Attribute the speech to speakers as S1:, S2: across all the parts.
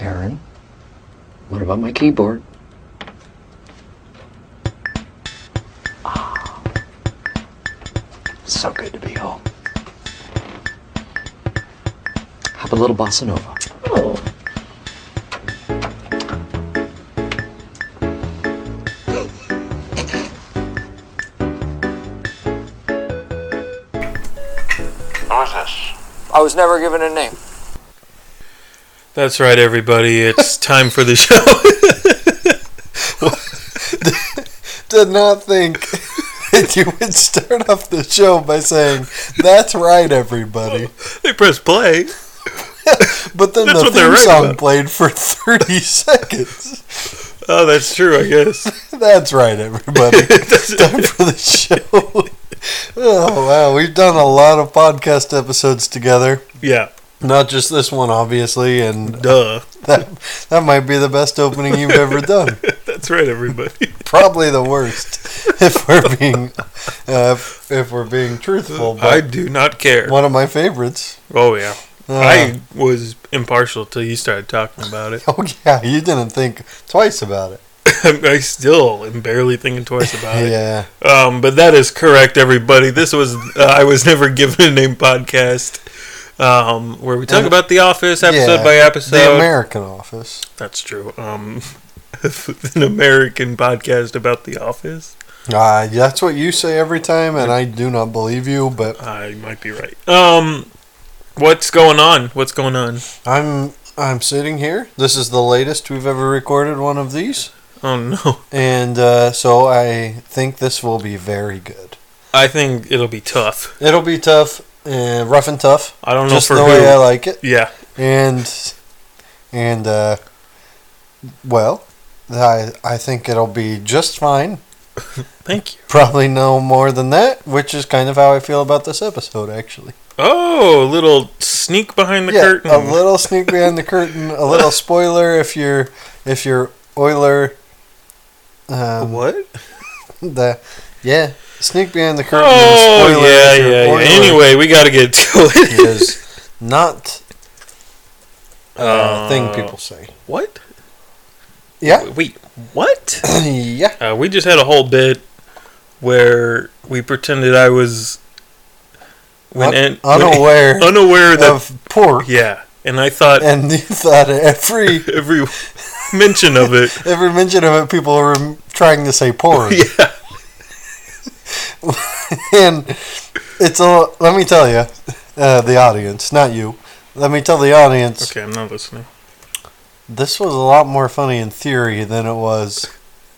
S1: Aaron, what about my keyboard? Ah, so good to be home. Have a little bossa nova.
S2: Who is this?
S1: I was never given a name.
S3: That's right, everybody. It's time for the show.
S4: did not think that you would start off the show by saying, "That's right, everybody."
S3: they press play.
S4: But then
S3: That's
S4: the
S3: what they're
S4: theme
S3: right
S4: song
S3: about.
S4: played for thirty seconds.
S3: Oh, that's true, I guess.
S4: That's right, everybody. It's time for the show. Oh wow, we've done a lot of podcast episodes together.
S3: Yeah,
S4: Not just this one, obviously, and
S3: duh.
S4: that that might be the best opening you've ever done.
S3: That's right, everybody.
S4: Probably the worst, if we're being uh, if, if we're being truthful.
S3: I
S4: But
S3: do not care.
S4: one of my favorites.
S3: Oh, yeah.
S4: Uh,
S3: I was impartial till you started talking about it.
S4: Oh yeah, you didn't think twice about it.
S3: I still am barely thinking twice about it.
S4: Yeah,
S3: Um, but that is correct, everybody. This was uh, I was never given a name podcast, um, where we talk
S4: And-
S3: about The Office episode
S4: yeah,
S3: by episode.
S4: the American Office.
S3: That's true. Um, an American podcast about The Office.
S4: Uh, that's what you say every time, and I do not believe you. But
S3: I might be right. Um, what's going on? What's going on?
S4: I'm I'm sitting here. This is the latest we've ever recorded one of these,
S3: Oh no,
S4: and uh, so I think this will be very good.
S3: I think it'll be tough.
S4: It'll be tough, uh, rough and tough,
S3: I don't
S4: just
S3: know
S4: the
S3: for
S4: way
S3: who.
S4: I like it.
S3: yeah,
S4: and and uh, well, I I think it'll be just fine.
S3: thank you.
S4: Probably no more than that, which is kind of how I feel about this episode, actually.
S3: Oh, a little sneak behind the
S4: yeah,
S3: curtain.
S4: a little sneak behind the curtain, a little spoiler if you're if you're Euler. Um,
S3: what?
S4: The yeah, sneak behind the curtain. and
S3: Oh
S4: spoiler
S3: yeah,
S4: if you're
S3: yeah,
S4: Euler
S3: yeah. Anyway, we got to get to it.
S4: is not a thing
S3: Uh,
S4: people say.
S3: What?
S4: Yeah,
S3: Wait, what?
S4: yeah.
S3: Uh, we just had a whole bit where we pretended I was when,
S4: Un-
S3: an- when-
S4: unaware
S3: unaware that
S4: of pork,
S3: yeah, and I thought
S4: and you thought every
S3: every mention of it.
S4: every mention of it, people were trying to say pork.
S3: Yeah,
S4: and it's a let me tell you uh, the audience not you let me tell the audience
S3: okay, I'm not listening.
S4: this was a lot more funny in theory than it was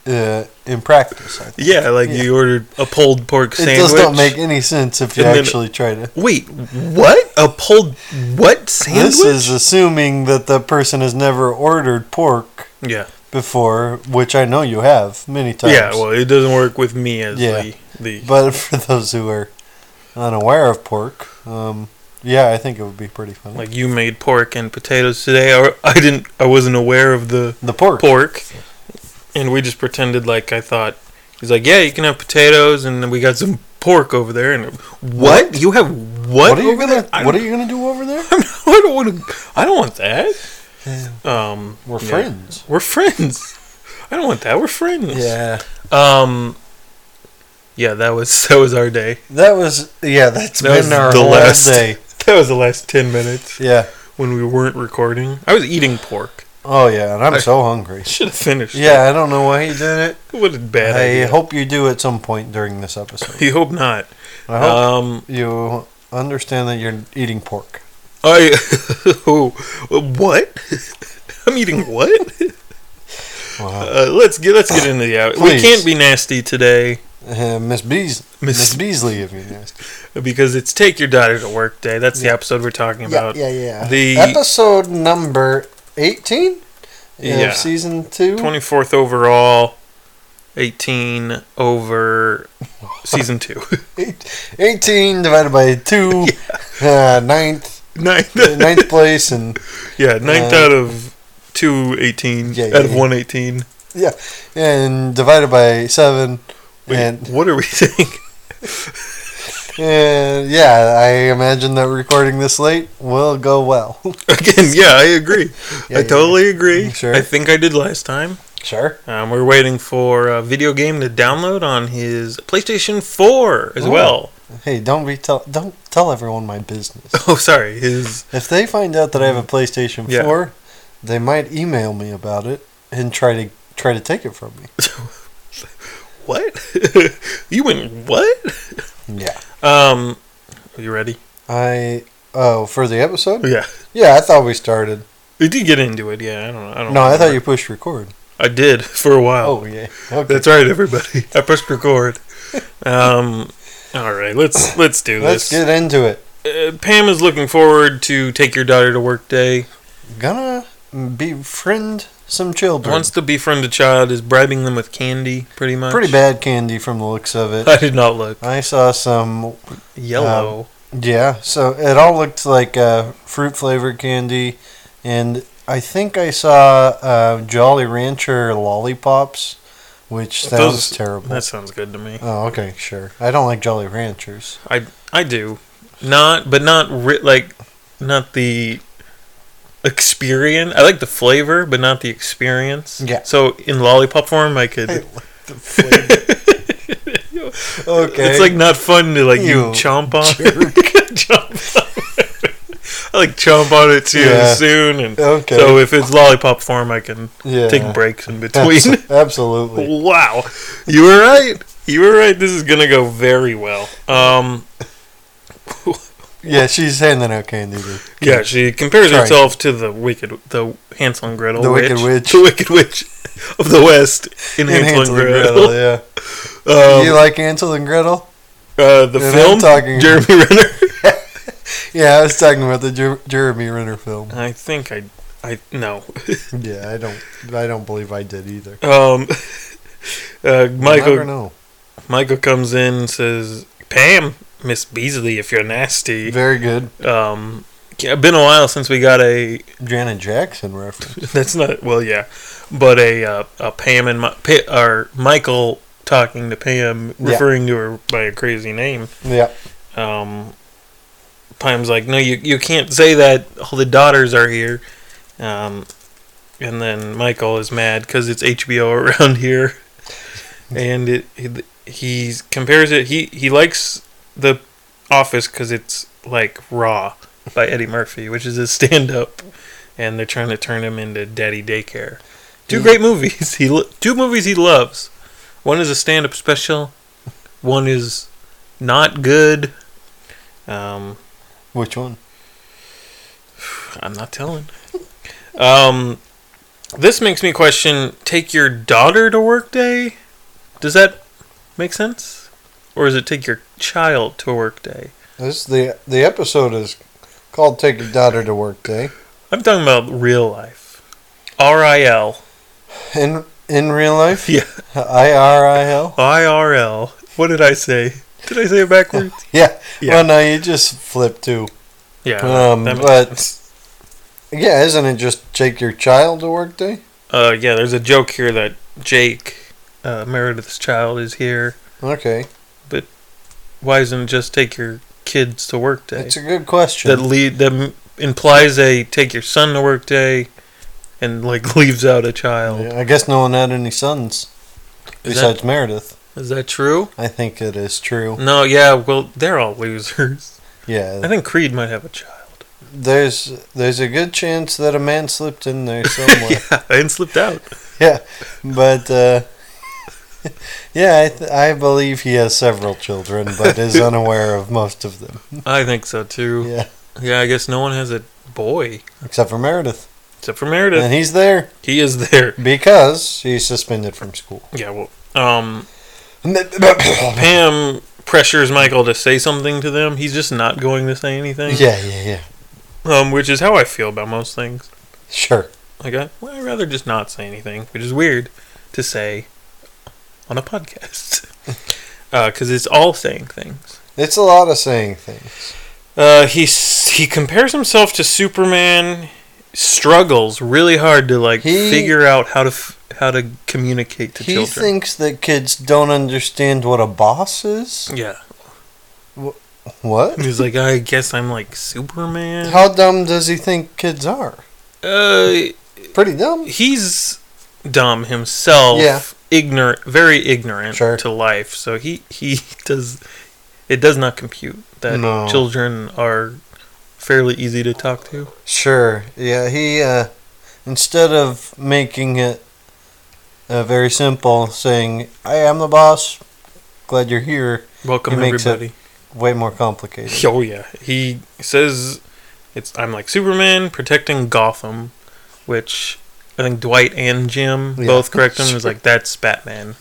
S4: uh, in practice I think.
S3: Yeah, like you ordered a pulled pork
S4: it
S3: sandwich.
S4: does not make any sense if you
S3: And then-
S4: actually try to
S3: Wait, what? A pulled what sandwich?
S4: this is assuming that the person has never ordered pork
S3: yeah,
S4: before which i know you have many times
S3: yeah. Well, it doesn't work with me as
S4: Yeah.
S3: the the.
S4: but for those who are unaware of pork um, yeah i think it would be pretty funny
S3: like you made pork and potatoes today. Or I didn't. I wasn't aware of the
S4: the pork,
S3: pork, and we just pretended like I thought he's like, yeah, you can have potatoes, and then we got some pork over there. And what you have what,
S4: what are you
S3: over
S4: gonna
S3: there? I
S4: what are
S3: don't-
S4: you gonna do over there
S3: I don't want to. I don't want that. Um,
S4: We're
S3: yeah.
S4: friends.
S3: We're friends. I don't want that. We're friends.
S4: Yeah.
S3: Um. Yeah, that was that was our day.
S4: That was yeah, that's
S3: That was
S4: been our
S3: the
S4: whole
S3: last
S4: day.
S3: That was the last ten minutes
S4: Yeah.
S3: when we weren't recording. I was eating pork.
S4: Oh yeah, and I'm
S3: I-
S4: so hungry.
S3: Should have finished. it.
S4: Yeah, I don't know why he did it.
S3: What a bad
S4: I
S3: idea.
S4: hope you do at some point during this episode.
S3: you hope not.
S4: I hope
S3: Um.
S4: you understand that you're eating pork.
S3: I oh, what? I'm eating what?
S4: Wow.
S3: Uh, let's get let's get into the hour. We
S4: Please.
S3: can't be nasty today
S4: Uh, Miss Bees
S3: Miss-
S4: Miss, Beasley if you ask.
S3: because it's take your daughter to work day. That's the episode we're talking about.
S4: yeah, yeah.
S3: The-
S4: episode number 18
S3: Yeah.
S4: of season 2.
S3: Twenty fourth overall, eighteen over season two.
S4: Eight- 18 divided by 2 uh, ninth uh,
S3: ninth,
S4: ninth place and
S3: yeah, ninth
S4: Uh,
S3: out of two eighteen
S4: Yeah, yeah,
S3: out of
S4: yeah.
S3: one eighteen.
S4: yeah, and divided by 7
S3: Wait,
S4: and
S3: what are we saying?
S4: Uh, yeah, I imagine that recording this late will go well.
S3: Again, yeah, I agree.
S4: Yeah,
S3: I
S4: yeah. Mm,
S3: totally agree.
S4: Sure.
S3: I think I did last time.
S4: Sure.
S3: Um, we're waiting for a video game to download on his PlayStation 4 as
S4: Oh.
S3: well.
S4: Hey, don't be tell don't tell everyone my business.
S3: Oh, sorry. His
S4: If they find out that I have a PlayStation
S3: Yeah.
S4: 4, they might email me about it and try to try to take it from me.
S3: what? you went what?
S4: Yeah.
S3: Um, are you ready?
S4: I oh, for the episode?
S3: Yeah,
S4: Yeah, I thought we started.
S3: we did get into it. Yeah, I don't know. I don't
S4: No, I
S3: remember.
S4: thought you pushed record.
S3: I did for a while.
S4: Oh, yeah. Okay.
S3: That's right, everybody. I pressed record. Um, all right, let's let's do
S4: Let's
S3: this.
S4: get into it.
S3: Uh, Pam is looking forward to take your daughter to work day.
S4: Gonna befriend some children.
S3: Wants to befriend a child is bribing them with candy, pretty much.
S4: Pretty bad candy from the looks of it.
S3: I did not look
S4: I saw some
S3: yellow.
S4: Yeah, so it all looked like uh, fruit flavored candy, and I think I saw uh, Jolly Rancher lollipops, which sounds
S3: Those-
S4: terrible.
S3: that sounds good to me.
S4: Oh, okay, sure. I don't like Jolly Ranchers.
S3: I do not, but not ri- like not the experience. I like the flavor, but not the experience.
S4: Yeah.
S3: So in lollipop form, I could.
S4: Okay,
S3: It's like not fun to like you
S4: You
S3: chomp on. chomp on. I like chomp on it too
S4: Yeah.
S3: soon, and
S4: okay,
S3: so if it's lollipop form, I can
S4: yeah,
S3: take breaks in between.
S4: Abso- absolutely.
S3: wow, you were right. You were right. This is gonna go very well. Um,
S4: Yeah, she's handing out candy. To
S3: Yeah, she compares
S4: Sorry.
S3: herself to the wicked, the Hansel and Gretel,
S4: The
S3: witch,
S4: Wicked Witch.
S3: the wicked witch of the West in,
S4: And
S3: Hansel, and Gretel.
S4: yeah. you
S3: Um,
S4: like Hansel and Gretel?
S3: uh, the
S4: and I'm
S3: film,
S4: talking-
S3: Jeremy Renner.
S4: Yeah, I was talking about the Jer- Jeremy Renner film.
S3: I think I, I no.
S4: Yeah, I don't, I don't believe I did either.
S3: Um, uh,
S4: I don't
S3: Michael,
S4: know.
S3: Michael comes in and says, "Pam, Miss Beasley, if you're nasty."
S4: Very good.
S3: Um, yeah, been a while since we got a.
S4: Janet Jackson reference.
S3: That's not well, yeah, but a uh, a Pam and Mi- Pa- or Michael talking to Pam,
S4: Yeah.
S3: referring to her by a crazy name.
S4: yeah.
S3: Um, Pam's like, no, you you can't say that. All the daughters are here. Um, and then Michael is mad because it's HBO around here, and it he, he compares it. He he likes the Office because it's like Raw by Eddie Murphy, which is his stand up, and they're trying to turn him into Daddy Daycare. Two
S4: Yeah.
S3: great movies. He lo- two movies he loves. One is a stand up special. One is not good. Um,
S4: Which one?
S3: I'm not telling. Um, this makes me question: take your daughter to work day? Does that make sense, or is it take your child to work day?
S4: This the the episode is called "Take Your Daughter to Work Day."
S3: I'm talking about real life. R I L
S4: In in real life,
S3: Yeah.
S4: I R I L.
S3: I R L. What did I say? Did I say it backwards?
S4: Yeah.
S3: Yeah.
S4: Well, Oh, no, you just flip two.
S3: yeah.
S4: Um,
S3: that makes
S4: but-
S3: sense.
S4: Yeah, isn't it just take your child to work day?
S3: uh, yeah, there's a joke here that Jake uh, Meredith's child is here.
S4: Okay,
S3: Why isn't it just take your kids to work day?
S4: it's a good question.
S3: that lead that m- implies a take your son to work day and like leaves out a child
S4: Yeah, I guess no one had any sons
S3: Is
S4: besides Meredith.
S3: is that true
S4: I think it is true.
S3: no yeah well they're all losers Mm. i
S4: Yeah,
S3: think creed might have a child
S4: there's there's a good chance that a man slipped in there somewhere.
S3: yeah and slipped out
S4: yeah, but uh, yeah, I, th- I believe he has several children, but is unaware of most of them.
S3: i think so too
S4: Yeah,
S3: yeah, i guess no one has a boy
S4: except for Meredith,
S3: except for meredith
S4: and he's there
S3: he is there
S4: because he's suspended from school.
S3: yeah well um pam pressures michael to say something to them he's just not going to say anything
S4: Yeah, yeah, yeah.
S3: um which is how i feel about most things
S4: Sure.
S3: Like, I, well, I'd rather just not say anything, which is weird to say on a podcast. Because it's all saying things.
S4: It's a lot of saying things.
S3: Uh, he, s- he compares himself to Superman, struggles really hard to, like,
S4: He-
S3: figure out how to, f- how to communicate to
S4: he
S3: children.
S4: thinks that kids don't understand what a boss is.
S3: yeah.
S4: Wh- What?
S3: He's like, I guess I'm like Superman.
S4: How dumb does he think kids are?
S3: uh,
S4: Pretty dumb.
S3: he's dumb himself.
S4: Yeah.
S3: Ignorant, very ignorant
S4: Sure.
S3: to life. So he he does. It does not compute that
S4: No.
S3: children are fairly easy to talk to.
S4: Sure. Yeah, he uh instead of making it uh, very simple saying, "I am the boss. Glad you're here."
S3: Welcome
S4: He makes it-
S3: everybody.
S4: Way more complicated.
S3: Oh yeah, he says it's I'm like Superman protecting Gotham, which I think Dwight and Jim
S4: Yeah.
S3: both correct him. Is like that's Batman,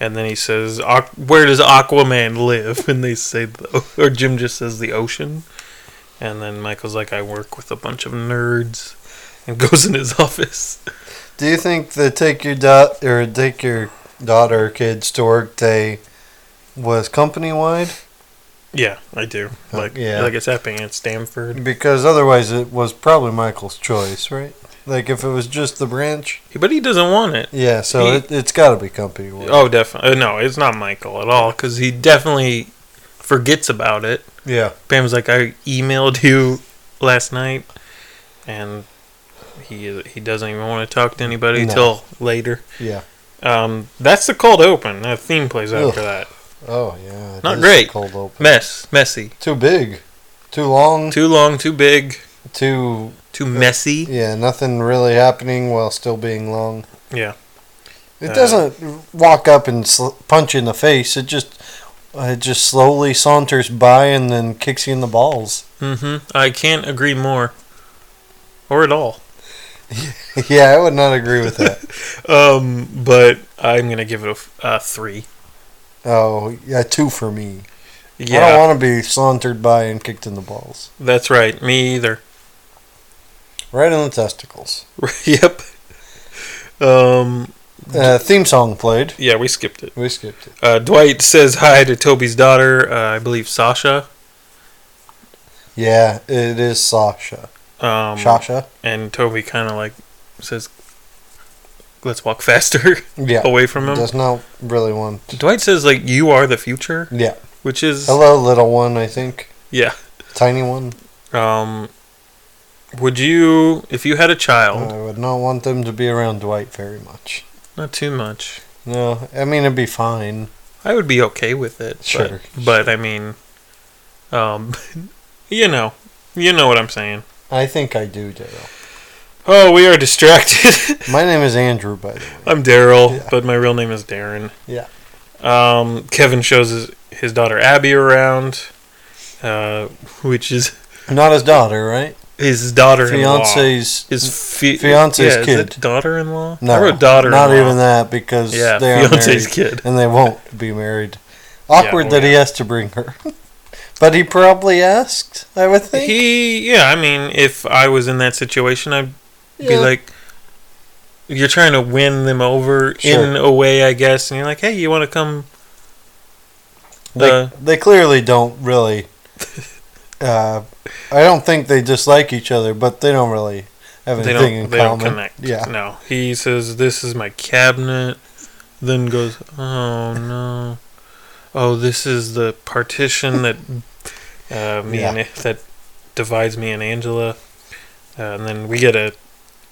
S3: and then he says, "Aqu- "Where does Aquaman live?" And they say, the, o- or Jim just says the ocean, and then Michael's like, "I work with a bunch of nerds," and goes in his office.
S4: Do you think the take your dot or take your daughter or kids to work day was company wide?
S3: Yeah, I do. Like,
S4: Oh, yeah.
S3: like it's happening at Stanford.
S4: Because otherwise, it was probably Michael's choice, right? Like if it was just the branch,
S3: But he doesn't want it.
S4: yeah. So
S3: He-
S4: it, it's got to be company wide.
S3: Oh, definitely. No, it's not Michael at all because he definitely forgets about it.
S4: Yeah,
S3: Pam's like, I emailed you last night, and he he doesn't even want to talk to anybody
S4: No.
S3: till later.
S4: yeah.
S3: Um, that's the cold open. That theme plays after that.
S4: Oh yeah. it
S3: Not
S4: is
S3: great.
S4: Cold open.
S3: Mess, messy,
S4: Too big, too long, too,
S3: too long, too big, too messy.
S4: yeah. Nothing really happening while still being long.
S3: Yeah.
S4: It
S3: Uh,
S4: doesn't walk up and sl- punch you in the face. It just uh, it just slowly saunters by and then kicks you in the balls.
S3: Mm-hmm. I can't agree more, or at all.
S4: yeah, I would not agree with that.
S3: Um, but I'm gonna give it a, f- a three.
S4: oh yeah, two for me. I
S3: Yeah,
S4: don't want to be sauntered by and kicked in the balls.
S3: that's right. Me either.
S4: Right in the testicles.
S3: yep. Um,
S4: Uh, theme song played.
S3: yeah, we skipped it.
S4: We skipped it.
S3: Uh, Dwight says hi to Toby's daughter, uh, I believe Sasha.
S4: Yeah, it is Sasha.
S3: Um,
S4: Sasha.
S3: And Toby kind of like says, let's walk faster
S4: Yeah.
S3: away from him.
S4: Does not really want.
S3: Dwight says, like, you are the future,
S4: Yeah.
S3: which is,
S4: Hello, little one. I think
S3: yeah.
S4: tiny one.
S3: Um, would you, if you had a child,
S4: I would not want them to be around Dwight very much.
S3: not too much,
S4: No, I mean it'd be fine.
S3: I would be okay with it. but-
S4: Sure,
S3: But, I mean, um, you know, you know what I'm saying.
S4: I think I do, Daryl.
S3: Oh, we are distracted.
S4: My name is Andrew, by the way.
S3: I'm Daryl,
S4: Yeah.
S3: but my real name is Darren.
S4: Yeah.
S3: Um, Kevin shows his, his daughter Abby around, uh, which is
S4: Not his daughter, right?
S3: his daughter-in-law.
S4: Fiance's.
S3: His fi-
S4: fiance's
S3: yeah, is
S4: kid.
S3: it daughter-in-law.
S4: No,
S3: I wrote daughter-in-law.
S4: Not even that because
S3: Yeah,
S4: they are married.
S3: fiance's kid.
S4: and they won't be married. Awkward
S3: oh,
S4: that he
S3: yeah.
S4: has to bring her. but he probably asked, I would think.
S3: He, yeah, I mean, if I was in that situation, I'd be
S4: Yeah.
S3: like, you're trying to win them over
S4: Sure.
S3: in a way, I guess, and you're like, hey, you want to come?
S4: they,
S3: uh,
S4: they clearly don't really. Uh, I don't think they dislike each other, but they don't really have
S3: they
S4: anything in
S3: don't they don't
S4: common.
S3: connect.
S4: Yeah.
S3: No. He says this is my cabinet. Then goes, "Oh no. Oh, this is the partition that uh, me and that divides me and Angela." Uh, and then we get a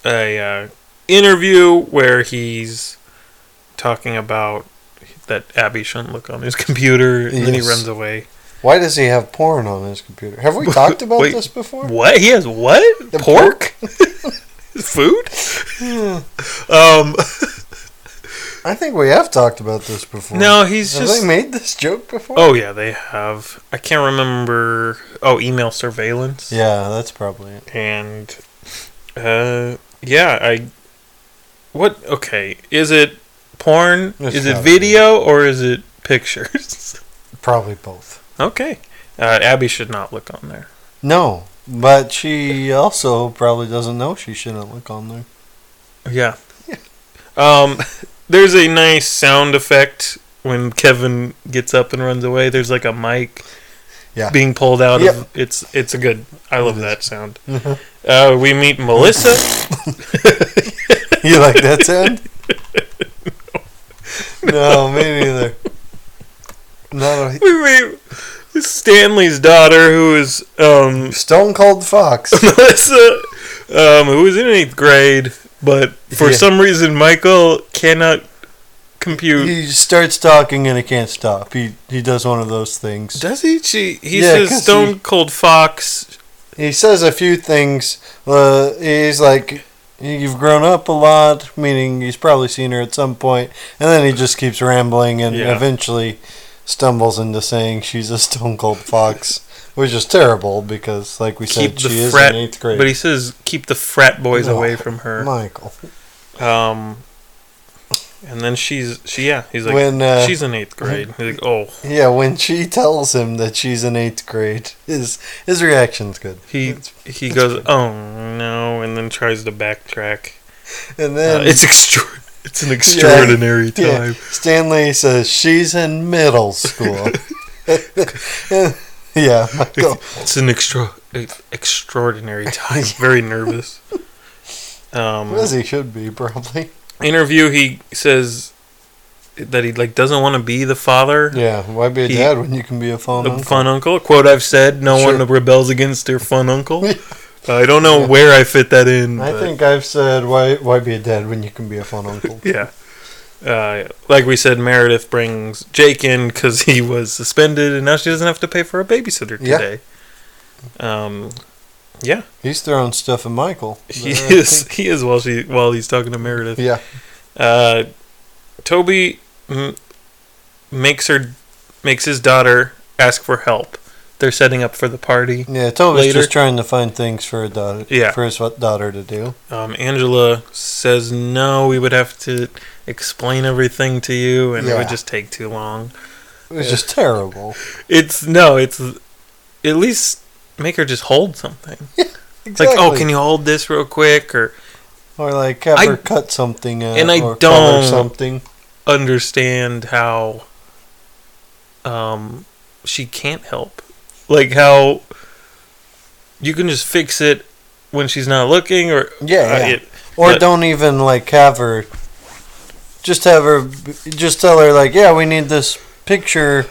S3: a uh, interview where he's talking about that Abby shouldn't look on his computer and then he
S4: Yes.
S3: runs away.
S4: Why does he have porn on his computer? Have we talked about
S3: Wait.
S4: this before?
S3: What? He has what?
S4: The Hmm.
S3: pork? Food? Um
S4: I think we have talked about this before.
S3: No, he's
S4: have
S3: just.
S4: they made this joke before?
S3: oh yeah, they have. I can't remember. Oh, email surveillance.
S4: yeah, that's probably it.
S3: And, uh, yeah, I. What? Okay, is it porn?
S4: It's
S3: is it
S4: gotta
S3: video or is it pictures?
S4: Probably both.
S3: okay, uh, Abby should not look on there.
S4: No, but she also probably doesn't know she shouldn't look on there.
S3: Yeah. Um, there's a nice sound effect when Kevin gets up and runs away. There's like a mic
S4: Yeah.
S3: being pulled out
S4: Yep.
S3: of it's it's a good I love that sound.
S4: Mhm.
S3: uh, we meet Melissa.
S4: You like that sound? no, me neither. Not a,
S3: We meet Stanley's daughter, who is um,
S4: Stone Cold Fox.
S3: Melissa, um, who was in eighth grade, but for
S4: Yeah.
S3: some reason Michael cannot compute.
S4: he starts talking and he can't stop. He he does one of those things.
S3: Does he? She, he
S4: Yeah, 'cause
S3: says Stone
S4: he-
S3: Cold Fox.
S4: He says a few things. Uh, he's like, "You've grown up a lot," meaning he's probably seen her at some point, and then he just keeps rambling and
S3: Yeah.
S4: eventually stumbles into saying she's a Stone Cold Fox, which is terrible because, like we
S3: Keep the
S4: said, she is
S3: frat-
S4: in eighth grade.
S3: But he says keep the frat boys
S4: No.
S3: away from her.
S4: Michael,
S3: Um, and then she's she yeah. He's like
S4: when uh,
S3: she's in eighth grade. He's like oh
S4: yeah, when she tells him that she's in eighth grade, his his reaction's good.
S3: he
S4: It's-
S3: he goes oh no and then tries to backtrack.
S4: and
S3: Uh,
S4: then
S3: it's extra. It's an extraordinary
S4: Um, Yeah.
S3: time.
S4: Stanley says she's in middle school. yeah, Michael.
S3: It's an extra ex- extraordinary time. Very nervous. Um,
S4: As he should be, probably.
S3: interview he says that he like doesn't want to be the father
S4: Yeah, why be a
S3: He-
S4: dad when you can be a phone
S3: the
S4: uncle?
S3: fun uncle quote i've said no
S4: Sure.
S3: one rebels against their fun uncle
S4: Yeah.
S3: i don't know
S4: Yeah.
S3: where i fit that in
S4: I
S3: but-
S4: think I've said why why be a dad when you can be a fun uncle.
S3: yeah uh, like we said meredith brings jake in because he was suspended and now she doesn't have to pay for a babysitter
S4: Yeah.
S3: today um yeah
S4: He's throwing stuff at Michael.
S3: he
S4: I
S3: is
S4: think-
S3: he is while she while he's talking to meredith
S4: Yeah,
S3: Uh, Toby m- makes her makes his daughter ask for help. They're setting up for the party.
S4: yeah. Toby's
S3: Later.
S4: just trying to find things for a daughter.
S3: Yeah.
S4: for his wa- daughter to do.
S3: Um, Angela says no, we would have to explain everything to you, and it
S4: Yeah.
S3: would just take too long.
S4: It was just terrible.
S3: It's no, it's at least make her just hold something.
S4: Exactly.
S3: Like, oh, can you hold this real quick, or
S4: Or like have
S3: I-
S4: her cut something out
S3: and I
S4: or color
S3: don't-
S4: something.
S3: understand how um she can't help like how you can just fix it when she's not looking or
S4: Yeah,
S3: uh,
S4: yeah.
S3: it-
S4: Or
S3: But-
S4: don't even like have her. Just have her. Just tell her like, yeah, we need this picture.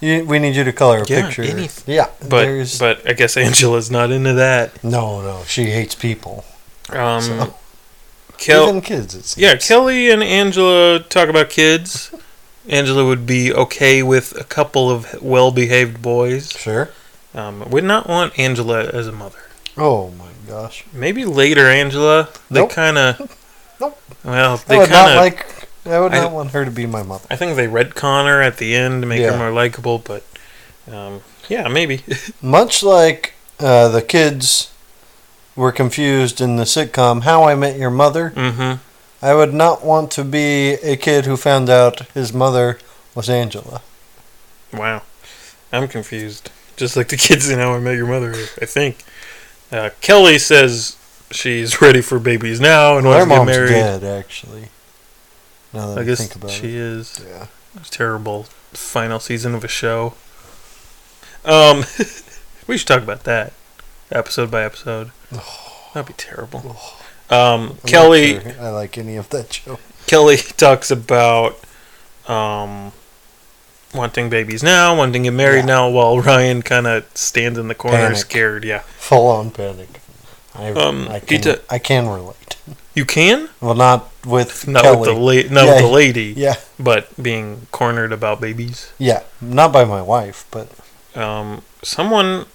S4: You, we need you to color a
S3: Yeah,
S4: picture.
S3: anything.
S4: Yeah,
S3: but
S4: there's
S3: but I guess Angela's not into that
S4: no, no. She hates people,
S3: um
S4: So-
S3: Kel-
S4: even kids. It's
S3: yeah Kelly and Angela talk about kids Angela would be okay with a couple of well-behaved boys
S4: sure.
S3: um would not want Angela as a mother
S4: Oh my gosh,
S3: maybe later Angela they
S4: Nope.
S3: kind of
S4: Nope.
S3: well they
S4: I would
S3: kind
S4: not
S3: of
S4: like. I would
S3: I-
S4: not want her to be my mother.
S3: I think they retcon her at the end to make
S4: Yeah.
S3: her more likable, but um, yeah, maybe.
S4: Much like uh, the kids were confused in the sitcom How I Met Your Mother.
S3: hmm
S4: I would not want to be a kid who found out his mother was Angela.
S3: Wow, I'm confused. Just like the kids in How I Met Your Mother, I think. Uh, Kelly says she's ready for babies now and
S4: Their
S3: wants to get
S4: mom's
S3: married.
S4: dead, actually. Now that I,
S3: I guess
S4: think about
S3: she
S4: it.
S3: is.
S4: Yeah.
S3: terrible final season of a show. Um, we should talk about that episode by episode. That'd be terrible. Um,
S4: I'm
S3: Kelly.
S4: not sure I like any of that show.
S3: Kelly talks about um, wanting babies now, wanting to get married
S4: Yeah.
S3: now, while Ryan kind of stands in the corner
S4: Panic.
S3: scared. Yeah.
S4: Full on panic. I,
S3: Um,
S4: I,
S3: he
S4: can,
S3: ta-
S4: I can relate.
S3: You can?
S4: Well, not with
S3: Not
S4: Kelly.
S3: with the, la- not
S4: Yeah,
S3: with the
S4: he-
S3: lady,
S4: yeah,
S3: but being cornered about babies.
S4: yeah. Not by my wife, but
S3: Um, someone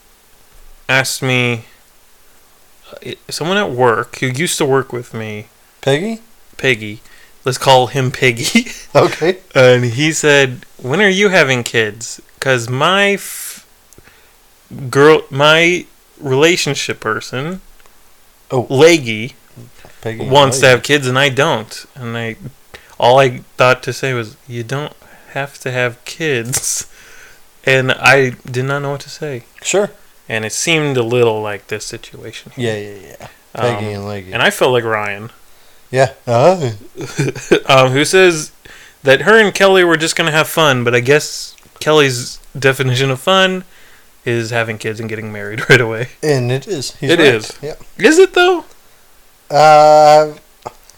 S3: asked me, uh, it- someone at work who used to work with me,
S4: Peggy.
S3: Peggy, let's call him Peggy.
S4: Okay.
S3: and he said, "When are you having kids? Because my f- girl, my relationship person,
S4: Oh.
S3: Leggy,
S4: Peggy
S3: wants to
S4: Lee.
S3: have kids, and I don't. And I, all I thought to say was, you don't have to have kids." And I did not know what to say.
S4: Sure.
S3: And it seemed a little like this situation.
S4: Yeah, yeah, yeah.
S3: Um,
S4: Peggy and Leggy.
S3: and I felt like Ryan.
S4: yeah. Uh,
S3: um, who says that her and Kelly were just gonna have fun, but I guess Kelly's definition of fun is having kids and getting married right away.
S4: and it is. He's
S3: It
S4: right.
S3: is.
S4: Yeah.
S3: Is it though?
S4: Uh,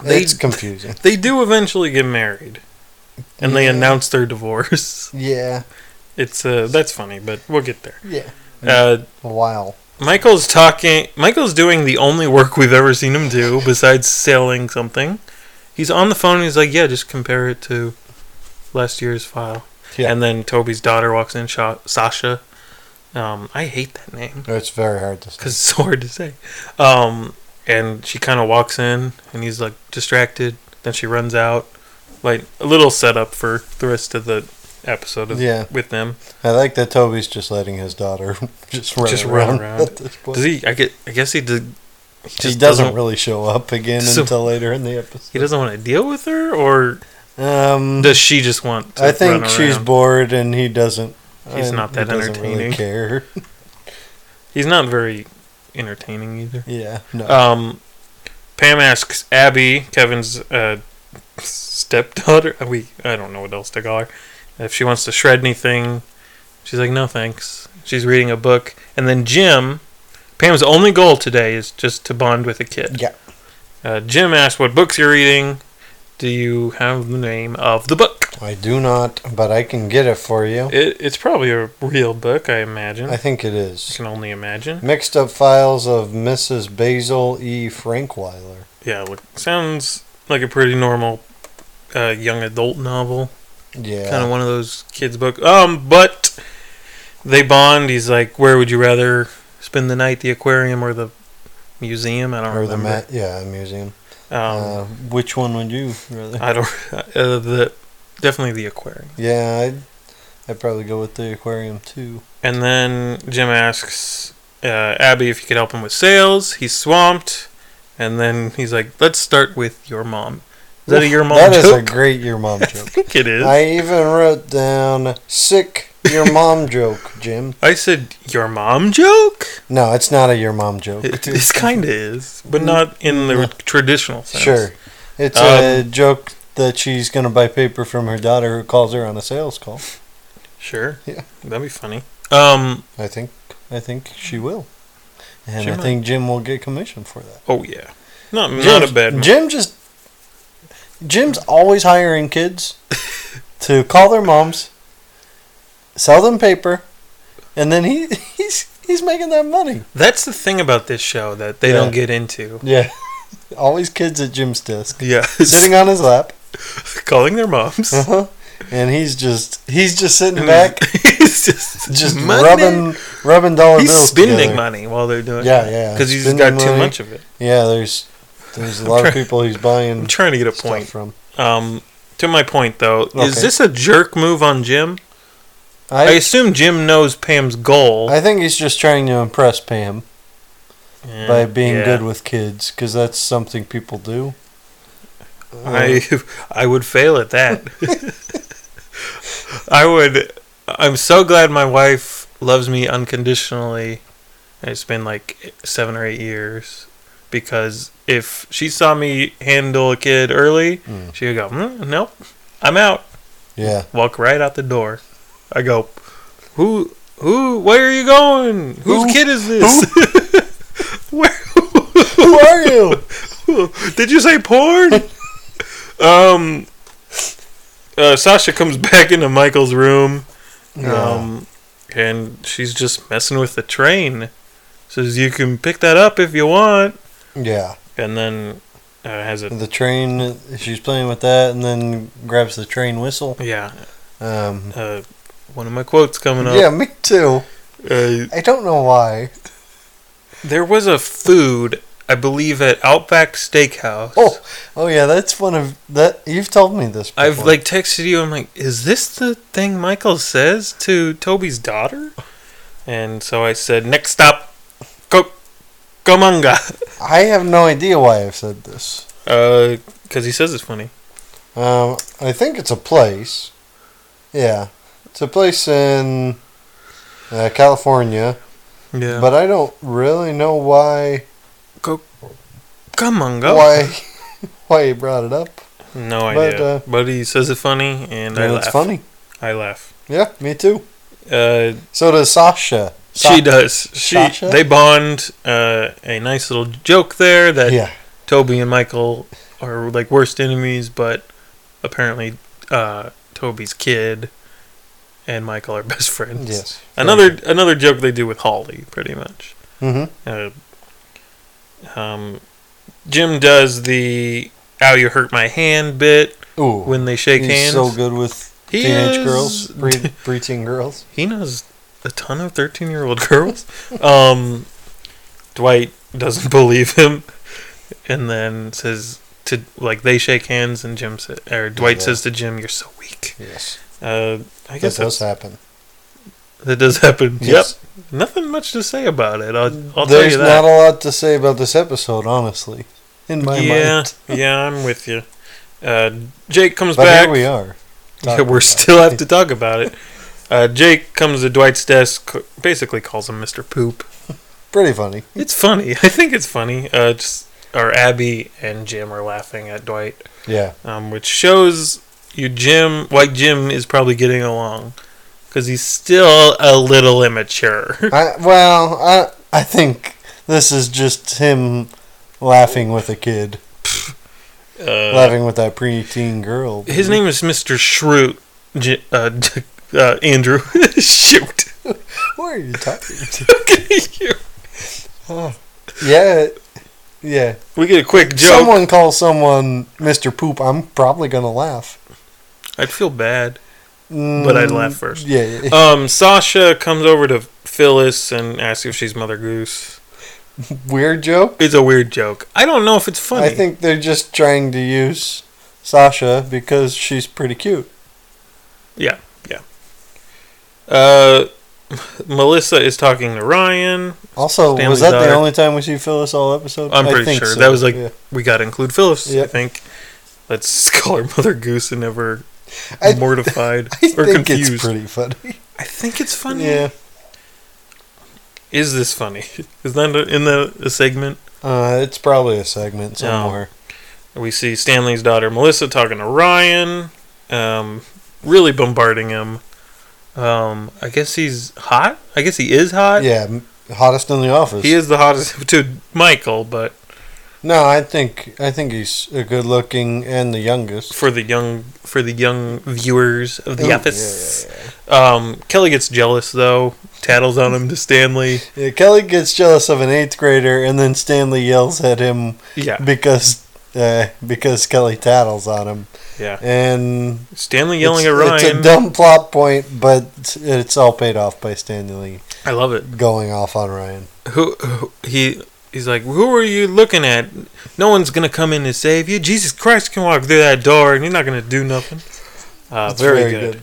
S3: They-
S4: it's confusing.
S3: They do eventually get married, and they announce their divorce.
S4: Yeah.
S3: It's uh, that's funny, but we'll get there.
S4: Yeah.
S3: Uh,
S4: Wow.
S3: Michael's talking. Michael's doing the only work we've ever seen him do besides selling something. He's on the phone and he's like, "Yeah, just compare it to last year's file."
S4: Yeah.
S3: And then Toby's daughter walks in, Sha- Sasha. Um, I hate that name
S4: It's very hard to say.
S3: because it's so hard to say. Um, and she kind of walks in and he's like distracted. Then she runs out, like a little setup for the rest of the episode of,
S4: Yeah.
S3: with them.
S4: I like that Toby's just letting his daughter just run
S3: Just run
S4: around.
S3: around.
S4: at this point.
S3: Does he? I get. I guess he did. He
S4: he doesn't, really show up again
S3: So-
S4: until later in the episode.
S3: He doesn't want to deal with her, or
S4: Um,
S3: does she just want? To
S4: I think
S3: run
S4: she's
S3: around?
S4: bored and he doesn't.
S3: He's
S4: and
S3: not that
S4: he doesn't
S3: entertaining.
S4: Really care.
S3: He's not very entertaining either.
S4: Yeah. No.
S3: Um, Pam asks Abby, Kevin's uh, stepdaughter. uh, We I don't know what else to call her. If she wants to shred anything, she's like, no thanks. She's reading a book, and then Jim. Pam's only goal today is just to bond with a kid.
S4: Yeah.
S3: Uh, Jim asks what books you're reading. Do you have the name of the book?
S4: I do not, but I can get it for you.
S3: It, it's probably a real book, I imagine.
S4: I think it
S3: I
S4: is.
S3: can only imagine.
S4: Mixed up files of Mrs. Basil E. Frankweiler.
S3: Yeah, look, sounds like a pretty normal uh, young adult novel.
S4: Yeah.
S3: Kind of one of those kids' books. Um, but they bond. He's like, "Where would you rather spend the night? The aquarium or the museum?" I don't
S4: or the
S3: remember.
S4: ma- yeah museum.
S3: um,
S4: uh, which one would you rather?
S3: I don't. Uh, the definitely the aquarium.
S4: yeah, I'd, I'd probably go with the aquarium too.
S3: And then Jim asks uh, Abby if he could help him with sales. He's swamped. And then he's like, "Let's start with your mom." Is that a your mom
S4: That is
S3: joke?
S4: a great your mom
S3: I
S4: joke.
S3: think it is.
S4: I even wrote down sick your mom joke, Jim.
S3: I said your mom joke.
S4: No, it's not a your mom joke.
S3: It, it's kind of is, but not in the
S4: No.
S3: traditional sense.
S4: Mm. sure. It's a
S3: Um,
S4: joke that she's gonna buy paper from her daughter who calls her on a sales call.
S3: sure.
S4: Yeah.
S3: that'd be funny. Um.
S4: I think I think she will, and
S3: She
S4: I
S3: might.
S4: think Jim will get commission for that.
S3: Oh yeah. Not not a
S4: Jim's-
S3: bad. Mo-
S4: Jim just Jim's always hiring kids to call their moms, sell them paper, and then he he's he's making that money.
S3: That's the thing about this show that they
S4: Yeah.
S3: don't get into.
S4: Yeah, always kids at Jim's desk,
S3: Yeah,
S4: sitting on his lap,
S3: calling their moms.
S4: uh-huh. and he's just he's just sitting back,
S3: he's just
S4: just
S3: money.
S4: rubbing rubbing dollar
S3: He's
S4: bills.
S3: spending
S4: together.
S3: money while they're doing.
S4: Yeah, yeah,
S3: Because he's
S4: spending
S3: got too
S4: money.
S3: much of it.
S4: Yeah, there's there's a lot of people he's
S3: I'm
S4: buying
S3: trying to get a
S4: stuff
S3: point.
S4: from.
S3: Um, to my point though, is
S4: Okay.
S3: this a jerk move on Jim? I
S4: I
S3: assume Jim knows Pam's goal.
S4: I think he's just trying to impress Pam.
S3: Yeah,
S4: by being
S3: Mm-hmm. yeah.
S4: good with kids because that's something people do.
S3: I I would fail at that. I would. I'm so glad my wife loves me unconditionally. It's been like seven or eight years because if she saw me handle a kid early,
S4: Mm.
S3: she would go, mm, "Nope, I'm out."
S4: yeah,
S3: Walk right out the door. I go, "Who? Who? Where are you going? Whose
S4: Who?
S3: kid is this? Where?"
S4: who are you?
S3: Did you say porn? um, uh, Sasha comes back into Michael's room,
S4: Um,
S3: um, and she's just messing with the train. Says you can pick that up if you want,
S4: yeah,
S3: and then uh, has it.
S4: the train. She's playing with that, and then grabs the train whistle.
S3: Yeah,
S4: Um,
S3: uh, one of my quotes coming up.
S4: yeah, me too.
S3: Uh,
S4: I don't know why.
S3: there was a food, I believe, at Outback Steakhouse.
S4: Oh, oh yeah, that's one of that. You've told me this. Before.
S3: I've like texted you. I'm like, is this the thing Michael says to Toby's daughter? And so I said, next stop, go, Gomonga,
S4: I have no idea why I've said this.
S3: because Uh, he says it's funny.
S4: Um, I think it's a place. Yeah, it's a place in uh, California,
S3: Yeah, but
S4: but I don't really know why.
S3: Gomonga.
S4: why why he brought it up.
S3: No
S4: but,
S3: idea. But,
S4: uh,
S3: he says it funny, and I
S4: And
S3: laugh.
S4: it's funny.
S3: I laugh.
S4: Yeah, me too.
S3: Uh,
S4: So does Sasha. Sa-
S3: she does. She
S4: Sasha?
S3: they bond. Uh, a nice little joke there that
S4: Yeah,
S3: Toby and Michael are like worst enemies, but apparently uh, Toby's kid and Michael are best friends.
S4: Yes.
S3: Another another joke they do with Holly, pretty much.
S4: Mm-hmm.
S3: Uh, um, Jim does the "Ow, you hurt my hand" bit
S4: Ooh.
S3: when they shake
S4: he's
S3: hands.
S4: so good with
S3: He
S4: teenage
S3: is-
S4: girls, pre preteen girls.
S3: He knows a ton of thirteen-year-old girls. um, Dwight doesn't believe him, and then says to like they shake hands, and Jim sa- or Dwight
S4: Yeah.
S3: says to Jim, "You're so weak."
S4: Yes.
S3: Uh, I guess
S4: That
S3: that's-
S4: does happen.
S3: that does happen.
S4: Yes.
S3: Yep. Nothing much to say about it. I'll, I'll tell
S4: There's
S3: you that.
S4: not a lot to say about this episode, honestly. In my
S3: yeah,
S4: mind.
S3: yeah, I'm with you. Uh, Jake comes
S4: But
S3: back.
S4: here we are.
S3: Yeah, we're still have to talk about it. Uh, Jake comes to Dwight's desk, c- basically calls him Mr. Poop.
S4: Pretty funny.
S3: It's funny. I think it's funny. Uh, just or Abby and Jim are laughing at Dwight,
S4: Yeah.
S3: um, which shows you Jim, like Jim, is probably getting along because he's still a little immature.
S4: I, well, I I think this is just him laughing with a kid,
S3: Uh,
S4: laughing with that preteen girl.
S3: his name is Mr. Shroot. J- uh, d- uh, Andrew, shoot.
S4: What are you talking? to?
S3: You-
S4: yeah. Yeah.
S3: we get a quick joke.
S4: Someone calls someone Mr. Poop, I'm probably gonna laugh.
S3: I'd feel bad.
S4: Mm,
S3: But I'd laugh first.
S4: Yeah, yeah, yeah.
S3: Um, Sasha comes over to Phyllis and asks if she's Mother Goose.
S4: weird joke.
S3: It's a weird joke. I don't know if it's funny.
S4: I think they're just trying to use Sasha because she's pretty cute.
S3: Yeah, yeah. Uh, Melissa is talking to Ryan.
S4: Also,
S3: Stanley's
S4: was that
S3: daughter.
S4: the only time we see Phyllis all episode?
S3: I'm
S4: I
S3: pretty
S4: think
S3: sure
S4: so,
S3: that was like
S4: yeah.
S3: we got to include Phyllis. I
S4: Yep.
S3: think. Let's call her Mother Goose and never
S4: I-
S3: mortified
S4: I
S3: or
S4: think
S3: confused.
S4: it's pretty funny.
S3: I think it's funny.
S4: yeah,
S3: Is this funny? Is that in the, the segment?
S4: uh, it's probably a segment somewhere.
S3: We see Stanley's daughter Melissa talking to Ryan, um, really bombarding him. Um, I guess he's hot. I guess he is hot.
S4: Yeah, m- hottest in the office.
S3: He is the hottest to Michael, but
S4: No, I think I think he's a good looking and the youngest.
S3: for the young for the young viewers of
S4: Ooh,
S3: the
S4: Oh, yeah,
S3: office, Um, Kelly gets jealous though, tattles on him to Stanley.
S4: Yeah, Kelly gets jealous of an eighth grader, and then Stanley yells at him
S3: Yeah,
S4: because uh, because Kelly tattles on him,
S3: yeah.
S4: and
S3: Stanley yelling
S4: it's,
S3: at Ryan.
S4: It's a dumb plot point, but it's- it's all paid off by Stanley
S3: I love it.
S4: going off on Ryan.
S3: Who, who he he's like who are you looking at no one's gonna come in and save you jesus christ can walk through that door and you're not gonna do nothing uh,
S4: It's
S3: very, good,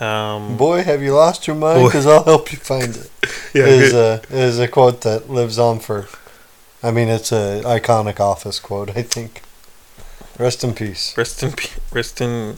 S3: um
S4: Boy, have you lost your mind?
S3: Boy.
S4: Because I'll help you find it.
S3: yeah,
S4: is
S3: good.
S4: a is a quote that lives on for. I mean, it's a iconic office quote. I think. Rest in peace.
S3: rest in pe- rest in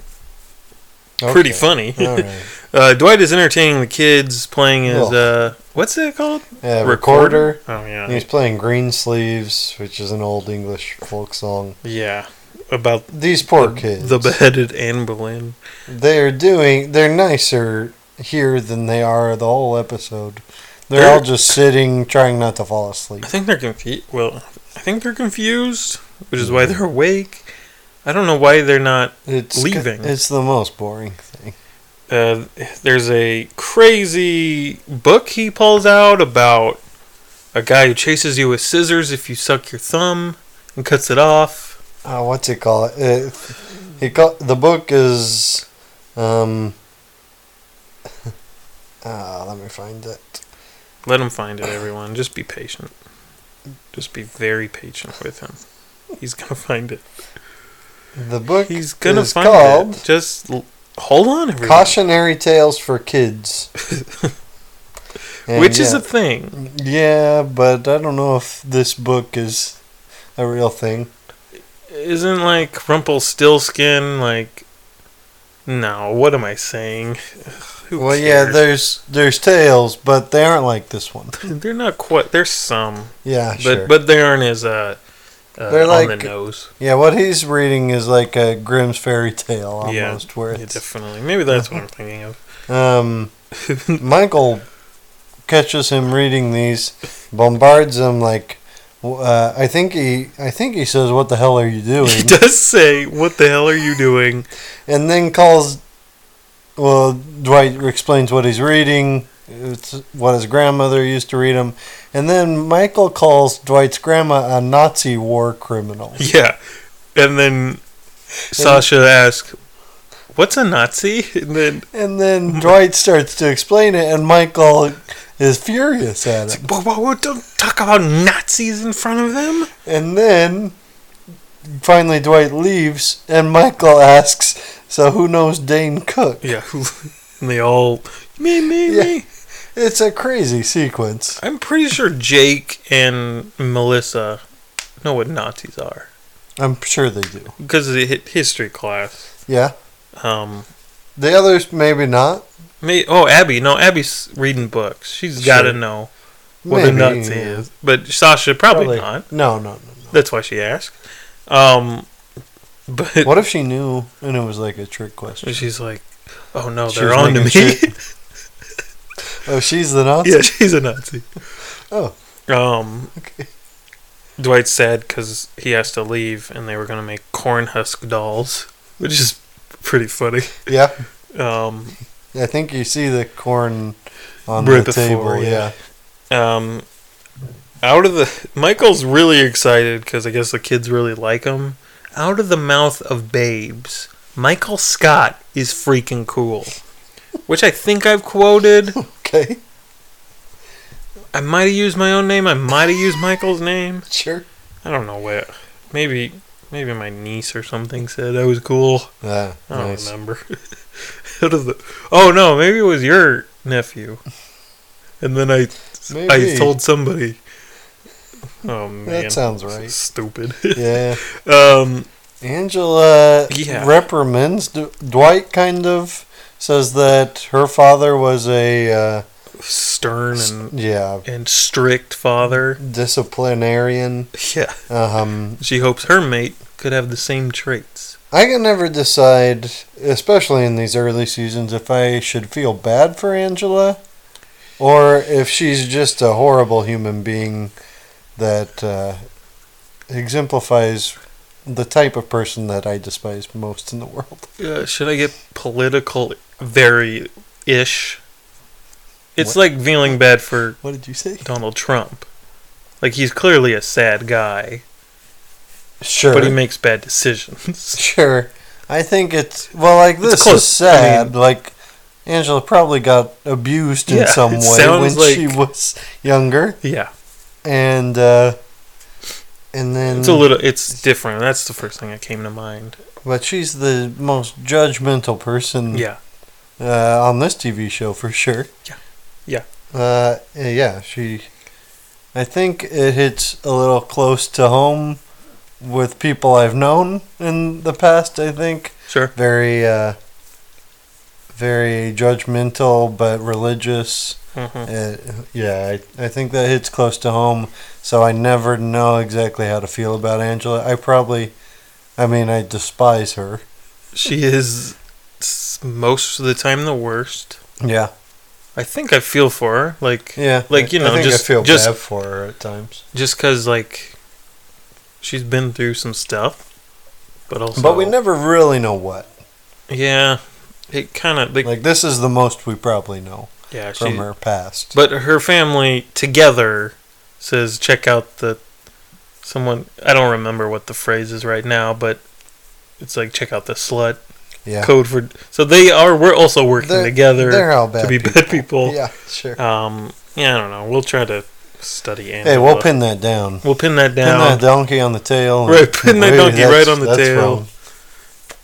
S3: pretty
S4: uh, Okay.
S3: funny
S4: All right.
S3: uh dwight is entertaining the kids playing his
S4: Ugh.
S3: uh what's that called
S4: Uh, recorder.
S3: oh yeah
S4: And he's playing Green Sleeves, which is an old English folk song.
S3: yeah about
S4: These poor
S3: the,
S4: kids.
S3: the beheaded anne boleyn
S4: They're doing. They're nicer here than they are the whole episode. They're,
S3: They're-
S4: all just sitting, trying not to fall asleep.
S3: i think they're confused well i think they're confused which is why they're awake i don't know why they're not
S4: It's
S3: Leaving.
S4: It's the most boring thing.
S3: uh, there's a crazy book he pulls out about a guy who chases you with scissors if you suck your thumb and cuts it off.
S4: Oh, what's it called? Uh, he call, the book is. Um, uh, let me find it.
S3: Let him find it, everyone. Just be patient. Just be very patient with him. He's gonna find it.
S4: The book
S3: He's gonna
S4: is
S3: find
S4: called
S3: it. Just l- hold on, everyone.
S4: Cautionary Tales for Kids. And
S3: Which is
S4: yeah.
S3: a thing.
S4: Yeah, but I don't know if this book is a real thing.
S3: Isn't like Rumpelstiltskin like? No, what am I saying? Who
S4: Well, yeah,
S3: cares?
S4: there's there's tales, but they aren't like this one.
S3: they're not quite. There's some.
S4: Yeah,
S3: but
S4: sure.
S3: but they aren't as uh, uh
S4: They're
S3: on
S4: like-
S3: the nose.
S4: yeah, what he's reading is like a Grimm's fairy tale almost, where
S3: Yeah,
S4: it's
S3: definitely. Maybe that's what I'm thinking of.
S4: um, Michael catches him reading these, bombards him like, w- uh, I think he I think he says, "What the hell are you
S3: He
S4: doing?"
S3: does say, "What the hell are you doing?"
S4: and then calls Well, Dwight explains what he's reading. It's what his grandmother used to read him, and then Michael calls Dwight's grandma a Nazi war criminal.
S3: Yeah. And then Sasha asks, What's a Nazi? And then,
S4: And then Dwight starts to explain it, and Michael is furious at it.
S3: whoa, whoa, whoa, don't talk about Nazis in front of them.
S4: And then finally, Dwight leaves, and Michael asks, "So who knows Dane Cook?"
S3: Yeah. And they all, me, me,
S4: Yeah.
S3: me.
S4: It's a crazy sequence.
S3: I'm pretty sure Jake and Melissa know what Nazis are
S4: I'm sure they do.
S3: because of the hi- history class.
S4: Yeah,
S3: Um,
S4: the others maybe not.
S3: may, oh, Abby. No, Abby's reading books. She's got to
S4: Sure.
S3: know what a
S4: Maybe,
S3: Nazi
S4: yeah.
S3: is. But Sasha probably, not.
S4: No, no, no.
S3: That's why she asked. Um, but
S4: What if she knew and it was like a trick question?
S3: she's like, oh no,
S4: She
S3: they're
S4: was
S3: on to me.
S4: making Oh, she's the Nazi.
S3: yeah, she's a Nazi.
S4: Oh.
S3: Um,
S4: Okay.
S3: Dwight's sad because he has to leave, and they were gonna make corn husk dolls, which is pretty funny.
S4: Yeah.
S3: Um,
S4: I think you see the corn on
S3: Right
S4: the table.
S3: before,
S4: yeah.
S3: yeah. um, out of the Michael's really excited because I guess the kids really like him. Out of the mouth of babes, Michael Scott is freaking cool, which I think I've quoted.
S4: Okay.
S3: I might have used my own name. I might have used Michael's name.
S4: Sure.
S3: I don't know where. Maybe maybe my niece or something said I was cool.
S4: Yeah.
S3: I don't
S4: Ah, nice.
S3: remember. Out of the- oh no, maybe it was your nephew. And then I I
S4: Maybe.
S3: told somebody. Oh man,
S4: sounds
S3: this is
S4: right.
S3: Stupid.
S4: Yeah.
S3: um,
S4: Angela
S3: Yeah.
S4: reprimands D- Dwight. Kind of says that her father was a uh,
S3: stern
S4: s-
S3: and
S4: yeah
S3: and strict father.
S4: disciplinarian.
S3: Yeah,
S4: Um,
S3: she hopes her mate could have the same traits.
S4: I can never decide, especially in these early seasons, if I should feel bad for Angela or if she's just a horrible human being that uh, exemplifies the type of person that I despise most in the world.
S3: Uh, should I get political? Very ish. It's like feeling bad for
S4: What did you say?
S3: Donald Trump. Like he's clearly a sad guy,
S4: Sure.
S3: but he makes bad decisions.
S4: Sure. I think it's well, like this
S3: close.
S4: is sad.
S3: I mean-
S4: like Angela probably got abused in
S3: Yeah,
S4: some
S3: it
S4: way
S3: sounds
S4: when she
S3: like-
S4: was younger,
S3: yeah,
S4: and uh, and then
S3: it's a little, it's different. That's the first thing that came to mind.
S4: But she's the most judgmental person
S3: Yeah,
S4: uh, on this TV show for sure.
S3: Yeah. Yeah.
S4: Uh, yeah, she. I think it hits a little close to home with people I've known in the past, I think.
S3: sure.
S4: Very, uh, very judgmental but religious.
S3: hmm
S4: Uh, yeah, I, I think that hits close to home. So I never know exactly how to feel about Angela. I probably, I mean, I despise her.
S3: She is s- most of the time the worst.
S4: Yeah.
S3: I think I feel for her, like
S4: Yeah,
S3: Like, you
S4: I-
S3: know,
S4: I think
S3: just-
S4: I feel
S3: just-
S4: bad for her at times.
S3: just because like she's been through some stuff, but also
S4: But we never really know what.
S3: Yeah, it kind of like,
S4: Like this is the most we probably know
S3: yeah she,
S4: from her past.
S3: But her family together says, check out the someone. I don't remember what the phrase is right now, but it's like check out the slut
S4: yeah,
S3: code for. So they are. We're also working
S4: They're-
S3: together
S4: they're all bad
S3: to be bad people.
S4: yeah, sure.
S3: Um. Yeah. I don't know. We'll try to study. Angela.
S4: Hey, we'll pin that down.
S3: We'll pin that
S4: Pin
S3: down.
S4: that donkey on the tail.
S3: Right, pin that
S4: Wait,
S3: donkey
S4: that's-
S3: right on the
S4: that's
S3: tail.
S4: wrong.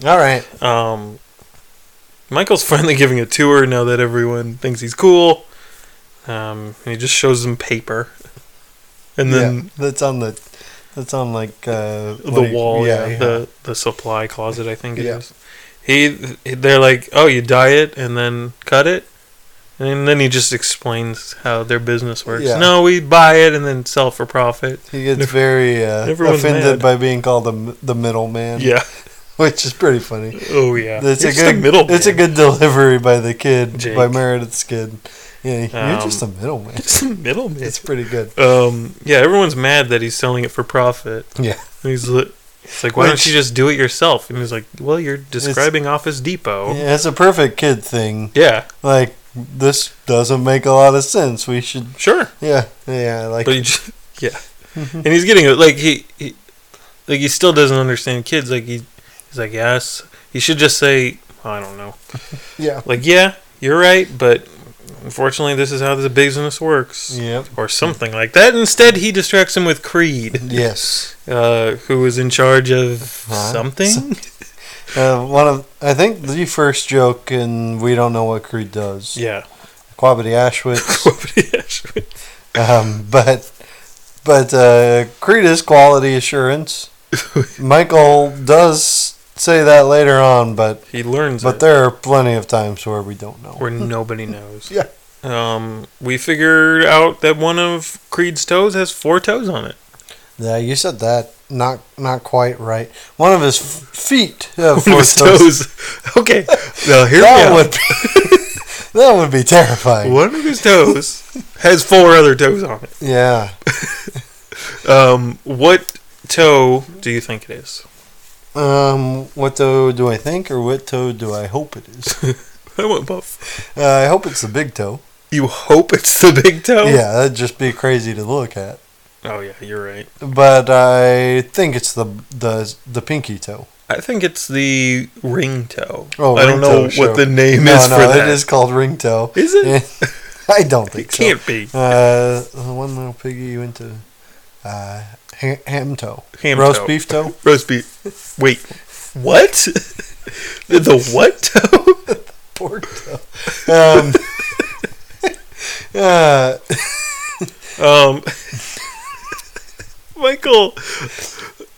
S4: All right.
S3: Um. Michael's finally giving a tour now that everyone thinks he's cool. Um, and he just shows them paper, and then
S4: yeah, that's on the that's on like uh,
S3: the
S4: what do you-
S3: wall, yeah,
S4: yeah.
S3: the the supply closet, I think it
S4: Yeah.
S3: is. He, they're like, oh, you dye it and then cut it, and then he just explains how their business works.
S4: Yeah.
S3: No, we buy it and then sell for profit.
S4: He gets very uh,
S3: everyone's
S4: offended
S3: mad.
S4: by being called the m- the middleman.
S3: Yeah.
S4: which is pretty funny.
S3: Oh yeah.
S4: It's
S3: You're
S4: a
S3: just
S4: good
S3: middleman.
S4: It's a good delivery by the kid,
S3: Jake.
S4: by Meredith's kid. Yeah, you're just a
S3: Um,
S4: middleman.
S3: Just a middleman.
S4: It's pretty good.
S3: Um. Yeah. Everyone's mad that he's selling it for profit.
S4: Yeah,
S3: And he's li- It's like, why don't
S4: Which-
S3: you just do it yourself? And he's like, well, you're describing Office Depot. Yeah.
S4: Yeah, it's a perfect kid thing. Like this doesn't make a lot of sense. We should.
S3: sure.
S4: Yeah, yeah. Like
S3: But he just, yeah.
S4: Mm-hmm.
S3: and he's getting it. Like, he, he, like, he still doesn't understand kids. Like, he, he's like, yes. He should just say, I don't know.
S4: yeah,
S3: Like, yeah, you're right, but unfortunately, this is how the business works.
S4: yep,
S3: Or something like that. Instead, he distracts him with Creed,
S4: yes.
S3: uh, who is in charge of
S4: Huh?
S3: something.
S4: Uh, one of I think the first joke in we don't know what Creed does.
S3: Yeah.
S4: Quabity Ashwitz.
S3: Ashwin.
S4: um, but but uh, Creed is quality assurance. Michael does say that later on, but
S3: He learns
S4: but
S3: it
S4: there are plenty of times where we don't know.
S3: where nobody knows.
S4: Yeah.
S3: Um, we figured out that one of Creed's toes has four toes on it.
S4: Yeah, you said that not not quite right. One of his f- feet. Uh,
S3: One of his toes. Okay. Now here
S4: That
S3: we
S4: would be, that would be terrifying.
S3: One of his toes has four other toes on it.
S4: Yeah.
S3: Um, what toe do you think it is?
S4: Um, what toe do I think, or what toe do I hope it is?
S3: I want both.
S4: Uh, I hope it's the big toe.
S3: You hope it's the big toe.
S4: Yeah, that'd just be crazy to look at.
S3: Oh yeah, you're right.
S4: But I think it's the the the pinky toe.
S3: I think it's the ring toe.
S4: Oh,
S3: I
S4: ring
S3: don't know
S4: toe, sure.
S3: what the name
S4: no,
S3: is
S4: no,
S3: for
S4: it
S3: that.
S4: is called ring toe.
S3: Is it?
S4: I don't
S3: It
S4: think so.
S3: can't be.
S4: Uh, the one little piggy you went to, uh, ham, ham toe,
S3: Ham
S4: roast
S3: toe.
S4: beef toe.
S3: Roast beef. Wait, what? the what toe?
S4: pork toe. Um, uh,
S3: Um, Michael,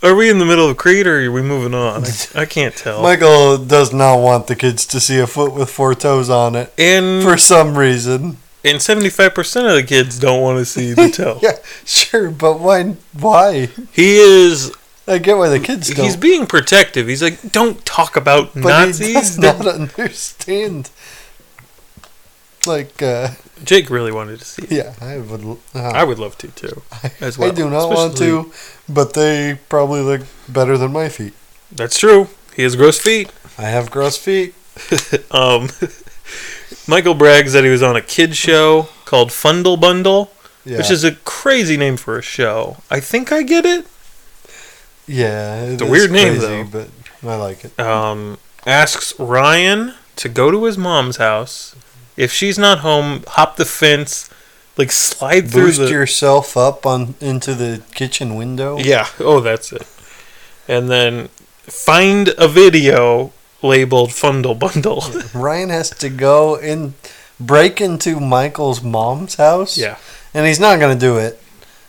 S3: are we in the middle of Creed or are we moving on? I, I can't tell.
S4: Michael does not want the kids to see a foot with four toes on it
S3: and
S4: for some reason.
S3: and seventy five percent of the kids don't want to see the toe.
S4: Yeah, sure, but why? Why?
S3: He is
S4: I get why the kids don't.
S3: he's being protective. He's like, don't talk about
S4: but he
S3: Nazis.
S4: does not understand. Like, uh,
S3: Jake really wanted to see. It.
S4: yeah, I would. l- Uh,
S3: I would love to too. As
S4: I
S3: well.
S4: do not want
S3: Especially-
S4: to, but they probably look better than my feet.
S3: That's true. He has gross feet.
S4: I have gross feet.
S3: Um, Michael brags that he was on a kid show called Fundle Bundle,
S4: Yeah,
S3: which is a crazy name for a show. I think I get it.
S4: yeah,
S3: a weird name,
S4: though. But I like it.
S3: Um, asks Ryan to go to his mom's house. If she's not home, hop the fence, like slide through
S4: boost
S3: the
S4: yourself up on into the kitchen window.
S3: yeah. Oh, that's it. And then find a video labeled Fundle Bundle.
S4: Ryan has to go and break into Michael's mom's house.
S3: yeah,
S4: And he's not going to do it.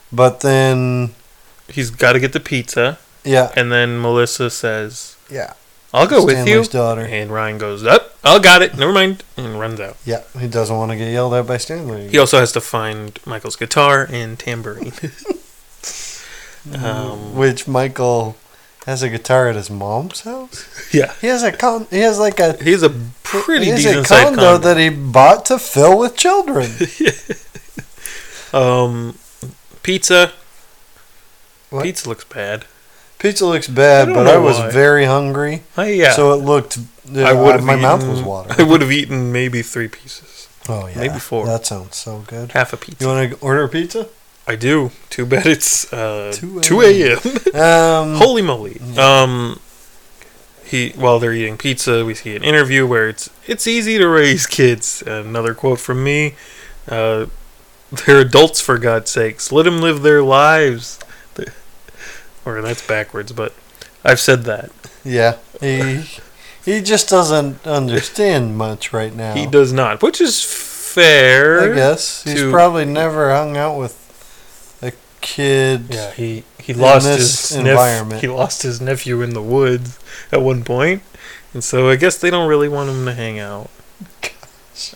S4: But then
S3: he's got to get the pizza,
S4: yeah,
S3: and then Melissa says,
S4: yeah.
S3: "I'll go with you."
S4: Stanley's daughter.
S3: And Ryan goes, up. oh, got it. Never mind. And runs out.
S4: Yeah, he doesn't want to get yelled at by Stanley.
S3: He also has to find Michael's guitar and tambourine. um,
S4: Which Michael has a guitar at his mom's house.
S3: yeah.
S4: He has a con. He has like a
S3: He has a pretty
S4: he has
S3: decent
S4: a
S3: sized
S4: condo,
S3: condo.
S4: that he bought to fill with children.
S3: um, pizza.
S4: What?
S3: Pizza looks bad.
S4: Pizza looks
S3: I
S4: bad,
S3: don't
S4: but
S3: know
S4: I was
S3: why.
S4: very hungry,
S3: Oh, yeah.
S4: so it looked.
S3: I would have
S4: my mouth
S3: eaten-
S4: was watering.
S3: I would have eaten maybe three pieces,
S4: Oh yeah,
S3: Maybe four.
S4: That sounds so good.
S3: half a pizza.
S4: You want to order a pizza?
S3: I do. Too bad it's uh,
S4: 2
S3: two a.m.
S4: Um,
S3: Holy moly! Um, he while they're eating pizza, we see an interview where it's it's easy to raise kids. Another quote from me: uh, "They're adults for God's sakes. Let them live their lives." The- Or that's backwards, but I've said that.
S4: yeah, he he just doesn't understand much right now.
S3: He does not, which is fair.
S4: I guess he's
S3: to-
S4: probably never hung out with a kid.
S3: Yeah, he he
S4: In
S3: lost
S4: this
S3: his nephew.
S4: environment.
S3: He lost his nephew in the woods at one point, and so I guess they don't really want him to hang out.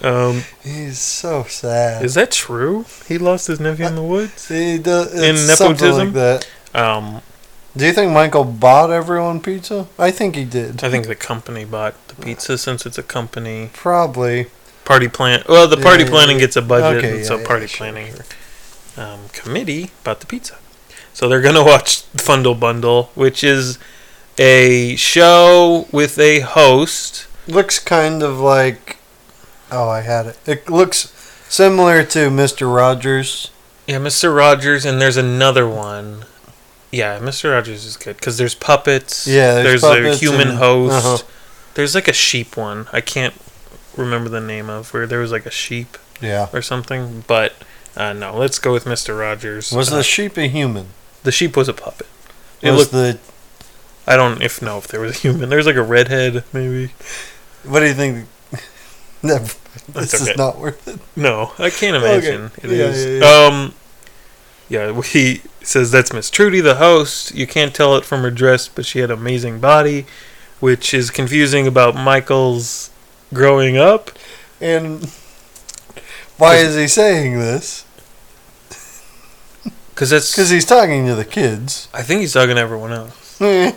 S3: Um,
S4: He's so sad.
S3: Is that true? He lost his nephew in the woods.
S4: he does,
S3: in
S4: it's something
S3: nepotism?
S4: like that.
S3: Um,
S4: Do you think Michael bought everyone pizza? I think he did.
S3: I think the company bought the pizza since it's a company
S4: Probably.
S3: party plan. Well, the
S4: Yeah,
S3: party
S4: yeah,
S3: planning
S4: yeah.
S3: gets a budget,
S4: Okay,
S3: and
S4: yeah,
S3: so
S4: yeah,
S3: party
S4: sure,
S3: planning um, committee bought the pizza. So they're gonna watch Fundle Bundle, which is a show with a host.
S4: Looks kind of like. Oh, I had it. It looks similar to Mister Rogers.
S3: Yeah, Mr. Rogers, and there's another one. Yeah, Mr. Rogers is good because there's puppets.
S4: Yeah,
S3: there's,
S4: there's
S3: a
S4: puppets
S3: human
S4: and-
S3: host.
S4: uh-huh.
S3: There's like a sheep one. I can't remember the name of where there was like a sheep
S4: Yeah.
S3: or something. But uh, no, let's go with Mr. Rogers.
S4: Was
S3: Uh,
S4: the sheep a human?
S3: the sheep was a puppet? It
S4: was
S3: looked.
S4: the
S3: I don't if know if there was a human. There's like a redhead maybe.
S4: what do you think? Never.
S3: That's
S4: This
S3: okay.
S4: is not worth it.
S3: No, I can't imagine. it
S4: Yeah,
S3: is.
S4: yeah, yeah.
S3: Um, yeah, he says that's Miss Trudy, the host. You can't tell it from her dress, but she had an amazing body, which is confusing about Michael's growing up.
S4: And why is he saying this?
S3: Because that's.
S4: Because he's talking to the kids.
S3: I think he's talking to everyone else.
S4: Eh,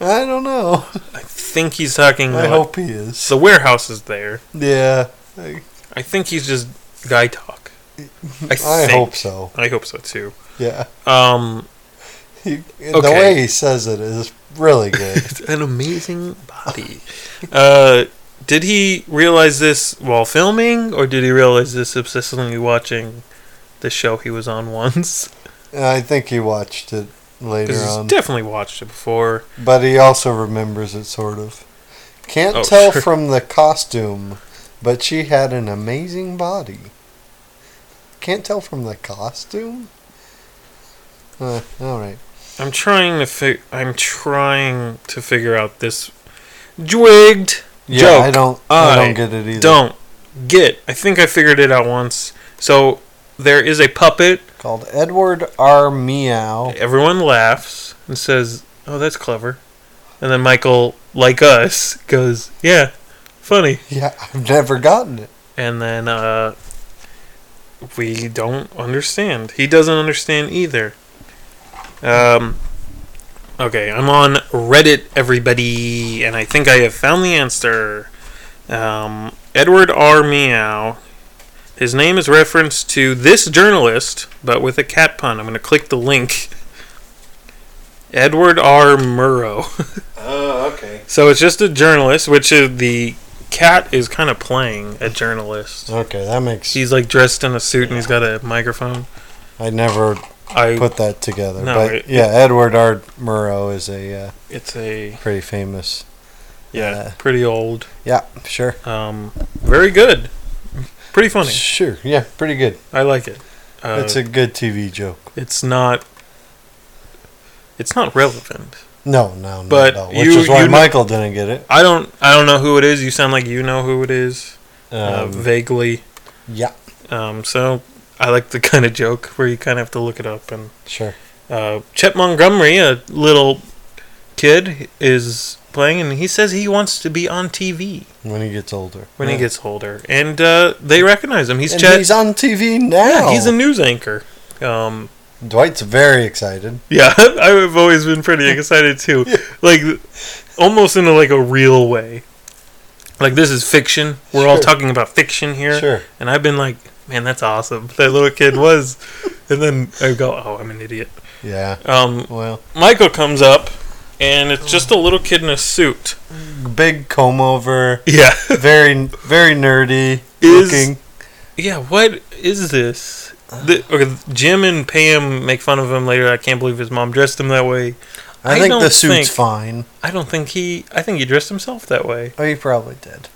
S4: I don't know.
S3: I think he's talking.
S4: I
S3: to,
S4: hope he is.
S3: the warehouse is there.
S4: Yeah, I,
S3: I think he's just guy talk. I,
S4: I
S3: think.
S4: hope so.
S3: I hope so too.
S4: Yeah,
S3: Um,
S4: He- the
S3: Okay.
S4: way he says it is really good.
S3: It's an amazing body. Uh, did he realize this while filming, or did he realize this obsessively watching the show he was on once?
S4: And I think he watched it later
S3: 'Cause
S4: on,
S3: he's definitely watched it before.
S4: but he also remembers it sort of. Can't
S3: Oh,
S4: tell
S3: sure.
S4: from the costume, but she had an amazing body. Can't tell from the costume. Uh, all right.
S3: I'm trying to fig- I'm trying to figure out this twigged
S4: Yeah,
S3: joke.
S4: I don't. I, don't get it either.
S3: Don't get. I think I figured it out once. So there is a puppet.
S4: Called Edward R.
S3: Oh.
S4: Meow.
S3: Everyone laughs and says, "Oh, that's clever," and then Michael, like us, goes, "Yeah, funny."
S4: Yeah, I've never gotten it.
S3: And then uh, we don't understand. He doesn't understand either. Um, okay, I'm on Reddit, everybody, and I think I have found the answer. Um, Edward R. Meow. His name is referenced to this journalist, but with a cat pun. I'm going to click the link. Edward R. Murrow.
S4: Oh, okay.
S3: So it's just a journalist, which is the cat is kind of playing a journalist.
S4: Okay, that makes.
S3: He's like dressed in a suit and he's got a microphone.
S4: I never
S3: I
S4: put that together,
S3: No,
S4: but
S3: it-
S4: yeah, Edward R. Murrow is a uh,
S3: it's a
S4: pretty famous.
S3: yeah, pretty old.
S4: Yeah, sure,
S3: Um, very good, pretty funny.
S4: sure, yeah, pretty good.
S3: I like it. Uh,
S4: It's a good TV joke.
S3: it's not. It's not relevant.
S4: No, no, no,
S3: But
S4: no, which
S3: you-
S4: is why
S3: you kn-
S4: Michael didn't get it.
S3: I don't. I don't know who it is. You sound like you know who it is, uh,
S4: Um,
S3: vaguely.
S4: yeah,
S3: Um, so I like the kind of joke where you kind of have to look it up and
S4: sure.
S3: uh, Chet Montgomery, a little kid, is playing, and he says he wants to be on TV
S4: When he gets older,
S3: when he
S4: Yeah.
S3: gets older, and uh, they recognize him. He's
S4: and
S3: Chet.
S4: he's on TV now.
S3: yeah, he's a news anchor. Um,
S4: Dwight's very excited.
S3: yeah, I've always been pretty excited too, like almost in a, like a real way. Like this is fiction. We're all
S4: Sure.
S3: talking about fiction here,
S4: Sure.
S3: and I've been like, man, that's awesome. That little kid was, and then I go, oh, I'm an idiot.
S4: Yeah.
S3: Um,
S4: Well,
S3: Michael comes up, and
S4: Oh.
S3: it's just a little kid in a suit.
S4: big comb over.
S3: Yeah.
S4: very very nerdy
S3: Is-
S4: looking.
S3: yeah, what is this? The, okay, Jim and Pam make fun of him later. I can't believe his mom dressed him that way.
S4: I,
S3: I
S4: think the
S3: don't
S4: suit's
S3: think-
S4: fine.
S3: I don't think he. I think he dressed himself that way.
S4: Oh, you probably did.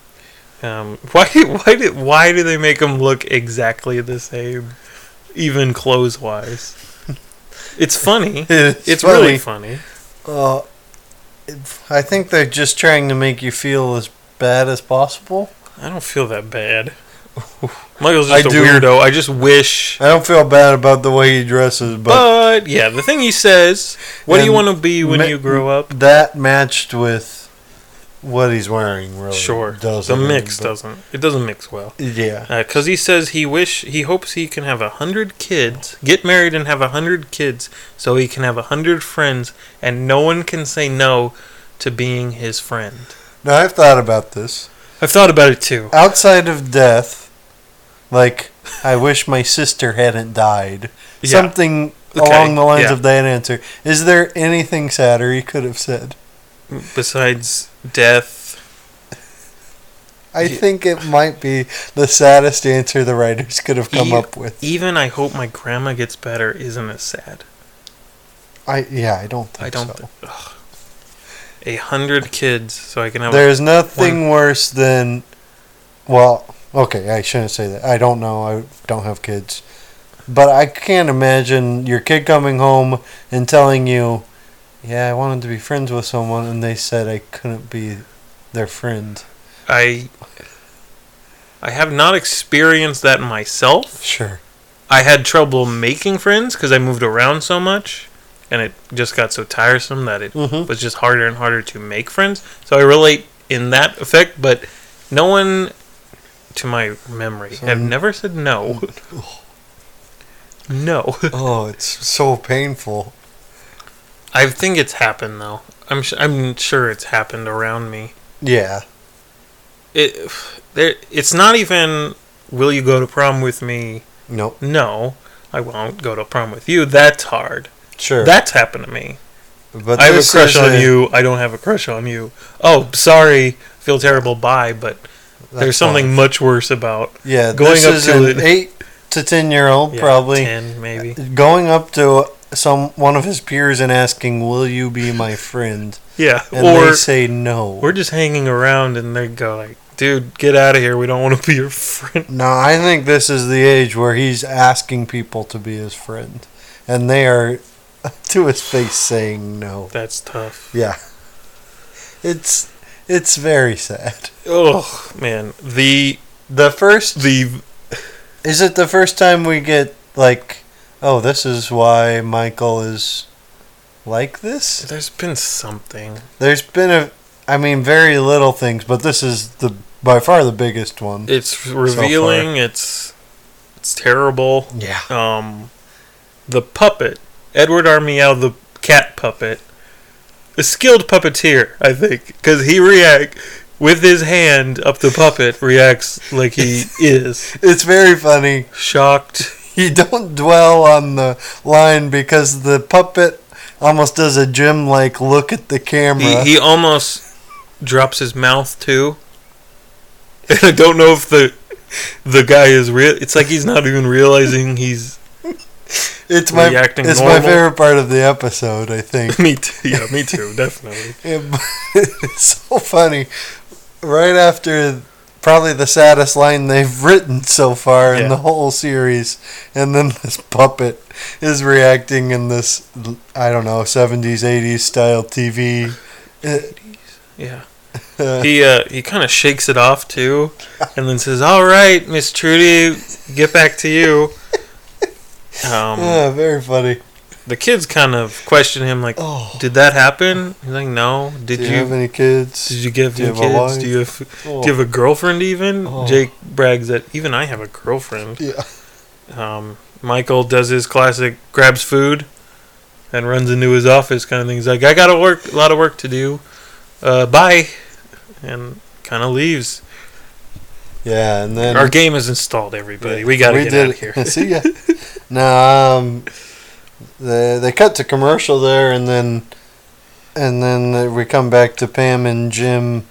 S3: Um, why? Why did? Why do they make him look exactly the same, even clothes wise? It's funny.
S4: It's,
S3: It's really funny.
S4: Uh, if- I think they're just trying to make you feel as bad as possible.
S3: I don't feel that bad. Michael's
S4: I
S3: just a
S4: do-
S3: weirdo. I just wish
S4: I don't feel bad about the way he dresses, but,
S3: But, yeah, the thing he says, what do you
S4: And
S3: want to be when
S4: ma-
S3: you grow up?
S4: that matched with what he's wearing really
S3: Sure, the
S4: doesn't
S3: mix
S4: but-
S3: doesn't. It doesn't mix well.
S4: Yeah.
S3: Because Uh, he says he wish he hopes he can have a hundred kids, get married and have a hundred kids, so he can have a hundred friends, and no one can say no to being his friend.
S4: Now I've thought about this.
S3: I've thought about it too.
S4: Outside of death, like I wish my sister hadn't died.
S3: Yeah.
S4: Something
S3: Okay,
S4: along the lines
S3: yeah.
S4: of that answer. Is there anything sadder he could have said?
S3: besides death.
S4: I think it might be the saddest answer the writers could have come
S3: Yeah.
S4: up with.
S3: Even I hope my grandma gets better isn't as sad.
S4: I yeah, I don't think
S3: I don't.
S4: so.
S3: Th- ugh. a hundred kids, so I can have.
S4: There's nothing worse than well, okay, I shouldn't say that. I don't know. I don't have kids. But I can't imagine your kid coming home and telling you, "Yeah, I wanted to be friends with someone and they said I couldn't be their friend."
S3: I. I have not experienced that myself.
S4: Sure.
S3: I had trouble making friends because I moved around so much, and it just got so tiresome that it
S4: Mhm.
S3: was just harder and harder to make friends. So I relate in that effect, but no one, to my memory,
S4: So-
S3: have never said no. no,
S4: oh, it's so painful.
S3: I think it's happened though. I'm su I'm sure it's happened around me.
S4: Yeah.
S3: It there. It's not even. Will you go to prom with me?
S4: Nope.
S3: No, I won't go to prom with you. That's hard.
S4: Sure.
S3: That's happened to me.
S4: but
S3: I have a
S4: this
S3: crush
S4: is
S3: on
S4: a-
S3: you. I don't have a crush on you. Oh, sorry. Feel terrible. Bye. But there's
S4: that's
S3: something
S4: fine.
S3: much worse about
S4: Yeah,
S3: going
S4: this
S3: up
S4: is
S3: to
S4: an
S3: it.
S4: eight to ten year old
S3: yeah,
S4: probably
S3: ten, maybe.
S4: going up to some one of his peers and asking, "Will you be my friend?"
S3: Yeah.
S4: And
S3: or
S4: they say no.
S3: we're just hanging around, and they go like, "Dude, get out of here. We don't want to be your friend."
S4: no, I think this is the age where he's asking people to be his friend, and they are to his face saying no.
S3: That's tough.
S4: Yeah, it's it's very sad.
S3: Oh man, the
S4: The first
S3: the
S4: is it the first time we get like, oh, this is why Michael is like this.
S3: there's been something.
S4: There's been a, I mean, very little things, but this is the by far the biggest one.
S3: It's revealing. it's it's terrible.
S4: yeah.
S3: um, the puppet, Edward R. Meow, the cat puppet, a skilled puppeteer, I think, because he react with his hand up the puppet, reacts like he is
S4: It's very funny.
S3: shocked.
S4: You don't dwell on the line because the puppet almost does a Jim like look at the
S3: He,
S4: camera.
S3: he almost drops his mouth too, and I don't know if the the guy is real. It's like he's not even realizing he's
S4: it's my
S3: reacting
S4: it's my
S3: normal.
S4: favorite part of the episode, I think.
S3: me too. Yeah, me too. Definitely.
S4: It- it's so funny. Right after probably the saddest line they've written so far in
S3: Yeah.
S4: the whole series, and then this puppet is reacting in this I don't know seventies eighties style TV. It-
S3: Yeah. he uh, he kind of shakes it off too, and then says, "All right, Miss Trudy, get back to you." Um,
S4: yeah, very funny.
S3: the kids kind of question him, like,
S4: Oh,
S3: "Did that happen?" He's like, "No. Did
S4: do you,
S3: you
S4: have any kids?
S3: did you give
S4: do you
S3: him
S4: have a
S3: kids?
S4: wife?"
S3: Do you have
S4: Oh,
S3: do you have a girlfriend?" Even
S4: Oh.
S3: Jake brags that even I have a girlfriend.
S4: yeah.
S3: Um, Michael does his classic, grabs food, and runs into his office kind of thing. He's like, "I got to work, a lot of work to do. Uh, bye," and kind of leaves.
S4: yeah, and then
S3: Our game is installed, everybody. We gotta get out of here.
S4: See ya. no, um, they they cut to commercial there, and then and then we come back to Pam and Jim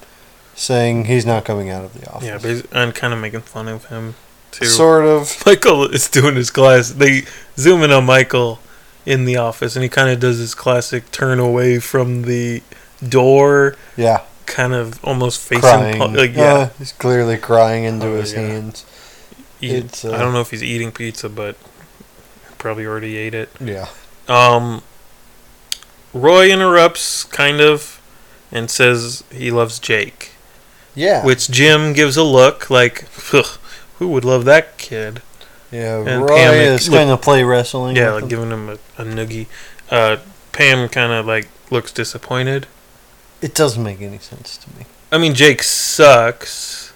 S4: saying he's not coming out of the office.
S3: yeah, but I'm kind of making fun of him too.
S4: sort of.
S3: Michael is doing his class. They zoom in on Michael in the office, and he kind of does his classic turn away from the door,
S4: Yeah,
S3: kind of almost facing.
S4: crying. Uh,
S3: pu- like,
S4: yeah,
S3: yeah,
S4: he's clearly crying into
S3: Oh,
S4: his
S3: yeah.
S4: hands.
S3: he-
S4: it's, uh,
S3: I don't know if he's eating pizza, but probably already ate it.
S4: Yeah,
S3: Um, Roy interrupts, kind of, and says he loves Jake.
S4: yeah,
S3: which Jim gives a look like, "Ugh, who would love that kid?
S4: yeah.
S3: and
S4: Roy
S3: Pam, like,
S4: is
S3: look-
S4: going to play wrestling.
S3: Yeah,
S4: with
S3: like
S4: him.
S3: giving him a, a noogie. Uh, Pam kind of like looks disappointed.
S4: it doesn't make any sense to me.
S3: I mean, Jake sucks,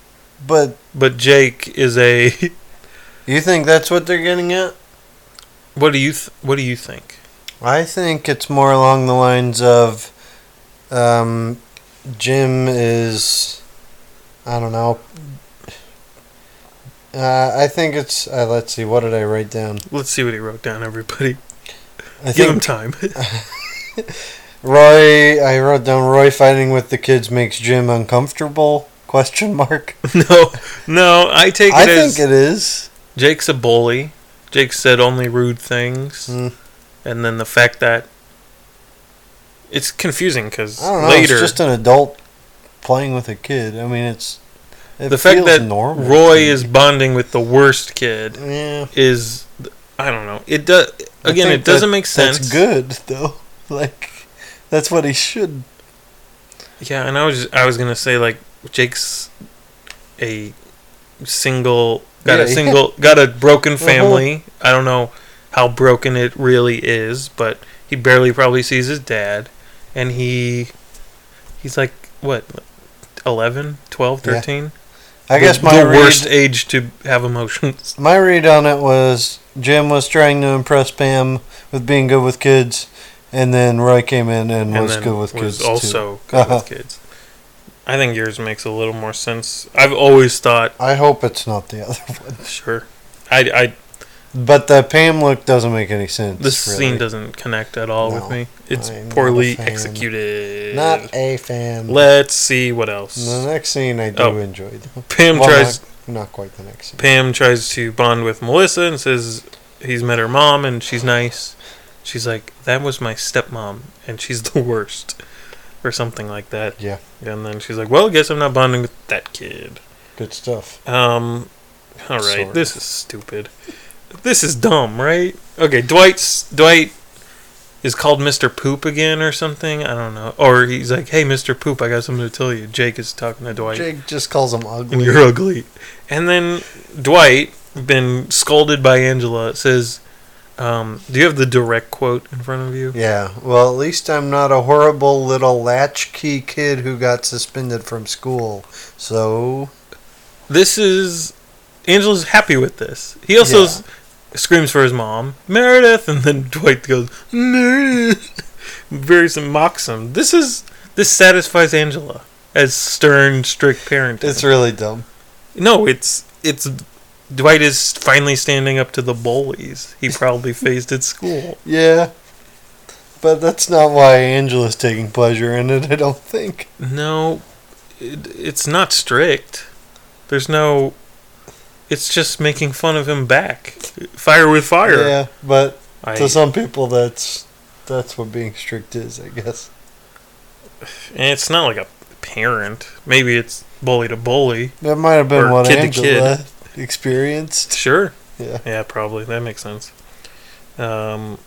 S4: But
S3: but Jake is a.
S4: you think that's what they're getting at?
S3: what do you th- What do you think?
S4: I think it's more along the lines of um, Jim is, I don't know. Uh, I think it's. Uh, let's see. What did I write down?
S3: Let's see what he wrote down. Everybody,
S4: I
S3: give him
S4: think
S3: time.
S4: Roy, I wrote down Roy fighting with the kids makes Jim uncomfortable? Question mark.
S3: No, no, I take it
S4: I
S3: as
S4: think it is.
S3: Jake's a bully. Jake said only rude things,
S4: Mm.
S3: and then the fact that it's confusing because
S4: I don't know.
S3: later
S4: It's just an adult playing with a kid. I mean, it's it
S3: the fact
S4: feels
S3: that
S4: normal.
S3: Roy is bonding with the worst kid
S4: yeah.
S3: is I don't know. It does
S4: I
S3: again.
S4: think
S3: It doesn't
S4: that-
S3: make sense.
S4: That's good though. Like that's what he should.
S3: Yeah, and I was I was gonna say like Jake's a single got
S4: Yeah, Uh-huh.
S3: a
S4: yeah.
S3: single got a broken family. I don't know how broken it really is, but he barely probably sees his dad, and he he's like what 11, 12,
S4: Yeah.
S3: 13?
S4: I
S3: The-
S4: guess my
S3: the
S4: read,
S3: worst age to have emotions.
S4: my read on it was Jim was trying to impress Pam with being good with kids, and then Roy came in and,
S3: and
S4: was
S3: then
S4: good with
S3: was
S4: kids too.
S3: also good with kids. I think yours makes a little more sense. I've always thought
S4: I hope it's not the other one.
S3: sure. I, I
S4: But the Pam look doesn't make any sense.
S3: This
S4: really.
S3: scene doesn't connect at all
S4: No,
S3: with me. It's
S4: I'm not a
S3: poorly
S4: fan.
S3: executed.
S4: Not a fan.
S3: Let's see what else.
S4: the next scene I do
S3: Oh.
S4: enjoy. Though.
S3: Pam
S4: Well,
S3: tries.
S4: not, not quite the next scene.
S3: Pam tries to bond with Melissa and says he's met her mom and she's nice. She's like, "That was my stepmom, and she's the worst," or something like that.
S4: Yeah.
S3: And then she's like, "Well, guess I'm not bonding with that kid."
S4: Good stuff.
S3: Um, all right,
S4: Sort of.
S3: this is stupid. This is dumb, right? Okay, Dwight's Dwight is called Mr. Poop again or something. I don't know. Or he's like, "Hey, Mr. Poop, I got something to tell you." Jake is talking to Dwight,
S4: Jake just calls him
S3: and
S4: ugly.
S3: you're ugly. And then Dwight, been scolded by Angela, says, um, "Do you have the direct quote in front of you?"
S4: Yeah, well, at least I'm not a horrible little latchkey kid who got suspended from school. So,
S3: This is Angela's happy with this. He also
S4: Yeah.
S3: s- screams for his mom, Meredith, and then Dwight goes Meredith, very mocks him. This is this satisfies Angela as stern, strict parent.
S4: it's really dumb.
S3: no, it's it's Dwight is finally standing up to the bullies he probably faced at school.
S4: Yeah. But that's not why Angela's taking pleasure in it, I don't think.
S3: No, it, it's not strict. There's no. It's just making fun of him back. Fire with fire.
S4: Yeah, but
S3: I-
S4: to some people that's that's what being strict is, I guess.
S3: And it's not like a parent. Maybe it's bully to bully.
S4: That might have been
S3: Or
S4: what
S3: kid to
S4: Angela experienced.
S3: Sure.
S4: Yeah.
S3: Yeah, probably. That makes sense. Um,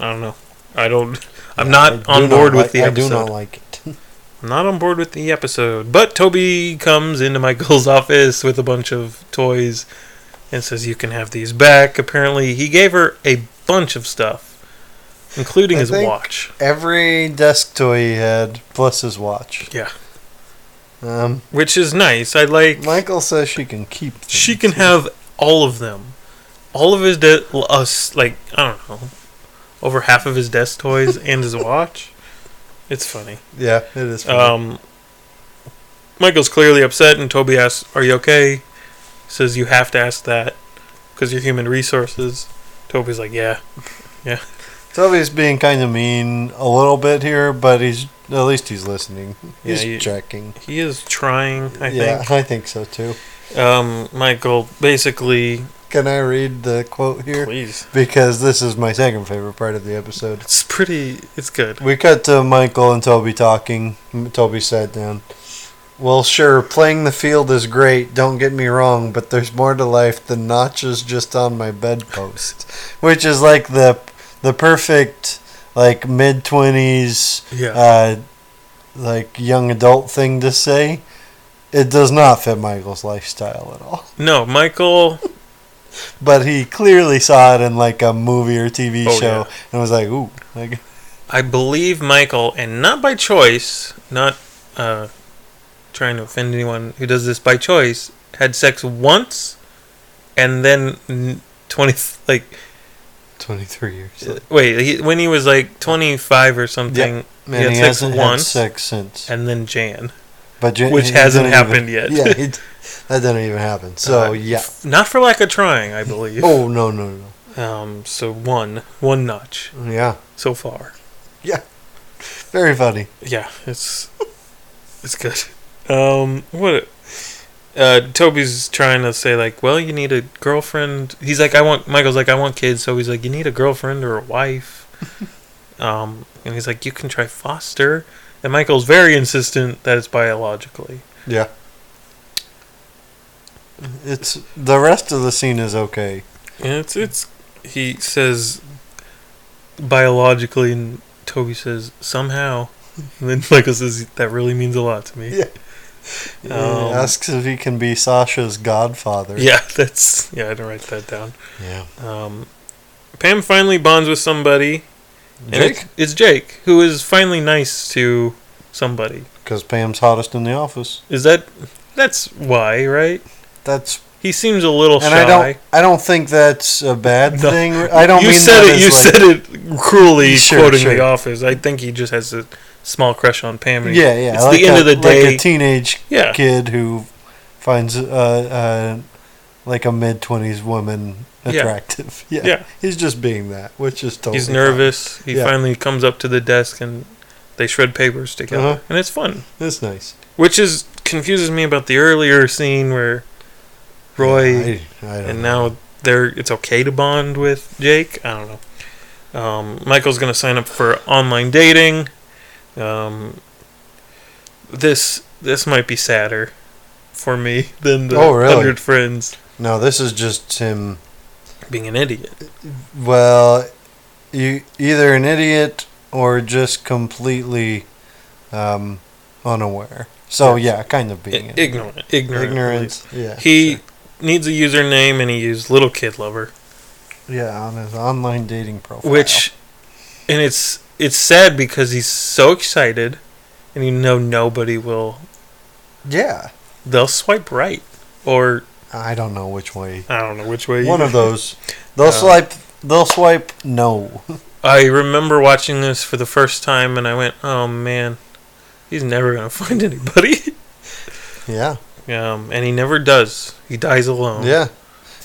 S3: I don't know. I don't. I'm
S4: I
S3: not
S4: do
S3: on
S4: not
S3: board
S4: like-
S3: with the
S4: I do not
S3: episode.
S4: like it.
S3: I'm not on board with the episode. But Toby comes into Michael's office with a bunch of toys and says, "You can have these back." Apparently, he gave her a bunch of stuff, including
S4: I
S3: his
S4: think-
S3: watch.
S4: Every desk toy he had, plus his watch.
S3: Yeah,
S4: Um
S3: which is nice. I like.
S4: Michael says she can keep. them.
S3: She can have all of them. All of his de- l- us like I don't know, over half of his desk toys and his watch. It's funny.
S4: Yeah, it is. funny.
S3: Um, Michael's clearly upset, and Toby asks, "Are you okay?" He says, "You have to ask that because you're human resources." Toby's like, "Yeah."
S4: Toby's being kind of mean a little bit here, but he's at least he's listening.
S3: Yeah,
S4: He's
S3: you-
S4: checking.
S3: He is trying, I
S4: yeah, I think so too.
S3: think. Um, Michael basically,
S4: Can I read the quote here?
S3: please.
S4: Because this is my second favorite part of the episode.
S3: It's pretty. It's good.
S4: We cut to Michael and Toby talking. M- Toby sat down. Well, sure, playing the field is great, don't get me wrong, but there's more to life than notches just on my bedpost. Which is like the the perfect like mid 20s
S3: Yeah.
S4: uh like young adult thing to say. It does not fit Michael's lifestyle at all.
S3: no, Michael.
S4: But he clearly saw it in like a movie or TV
S3: Oh,
S4: show
S3: yeah.
S4: and was like, "Ooh, like
S3: I believe Michael, and not by choice, not uh, trying to offend anyone who does this by choice, had sex once and then n- 20, like,
S4: 23 years."
S3: uh, wait, he, when he was like 25 or something, he
S4: Man,
S3: had
S4: he,
S3: sex
S4: hasn't
S3: once.
S4: had sex since,
S3: and then Jan.
S4: but you-
S3: which
S4: he
S3: hasn't
S4: didn't even-
S3: happened yet.
S4: yeah, he, that didn't even happen. So
S3: Uh,
S4: yeah.
S3: Not for lack of trying, I believe.
S4: Oh no no no.
S3: Um, so one, one notch
S4: Yeah.
S3: so far.
S4: Yeah. Very funny.
S3: yeah, it's it's good. Um, what? Uh, Toby's trying to say like, well, you need a girlfriend. He's like, I want. Michael's like, I want kids. So he's like, you need a girlfriend or a wife. um, and he's like, you can try foster. And Michael's very insistent that it's biologically.
S4: Yeah. It's the rest of the scene is okay.
S3: And it's it's he says biologically, and Toby says somehow. And then Michael says that really means a lot to me.
S4: Yeah. He
S3: Um,
S4: asks if he can be Sasha's godfather.
S3: Yeah, that's yeah. I didn't write that down.
S4: Yeah.
S3: Um, Pam finally bonds with somebody. and
S4: Jake?
S3: it's, it's Jake, who is finally nice to somebody.
S4: Because Pam's hottest in the office.
S3: Is that that's why, right?
S4: That's
S3: He seems a little
S4: and
S3: shy.
S4: I don't I don't think that's a bad
S3: No.
S4: thing. I don't
S3: you
S4: mean
S3: said it.
S4: that as,
S3: You
S4: like-
S3: said it cruelly,
S4: Sure,
S3: quoting
S4: sure.
S3: The Office. I think he just has a small crush on Pam. and he-
S4: Yeah, yeah.
S3: It's the end
S4: a,
S3: of the
S4: Like
S3: day.
S4: a teenage
S3: Yeah.
S4: kid who finds uh, uh, like a mid twenties woman
S3: Yeah.
S4: attractive. Yeah.
S3: Yeah.
S4: He's just being that, which is totally
S3: He's nervous. He
S4: Yeah.
S3: finally comes up to the desk and they shred papers together,
S4: Uh-huh.
S3: and it's fun.
S4: fine. That's nice.
S3: which is confuses me about the earlier scene where Roy
S4: I, I don't
S3: and
S4: know.
S3: now they're it's okay to bond with Jake. I don't know. Um, Michael's gonna sign up for online dating. Um, this this might be sadder for me than the
S4: Oh, really?
S3: hundred friends
S4: No, this is just him.
S3: being an idiot.
S4: Well, you either an idiot or just completely um, unaware. So yeah, kind of being
S3: I-
S4: an idiot.
S3: ignorant, ignorant,
S4: ignorance. Yeah.
S3: He
S4: sure.
S3: needs a username and he used little kid lover.
S4: yeah on his online dating profile.
S3: which and it's it's sad because he's so excited and you know nobody will
S4: yeah,
S3: they'll swipe right or
S4: I don't know which way.
S3: i don't know which way
S4: One of those. They'll
S3: Uh,
S4: swipe. They'll swipe no.
S3: i remember watching this for the first time and i went oh man he's never gonna find anybody
S4: yeah.
S3: um and he never does he dies alone
S4: Yeah.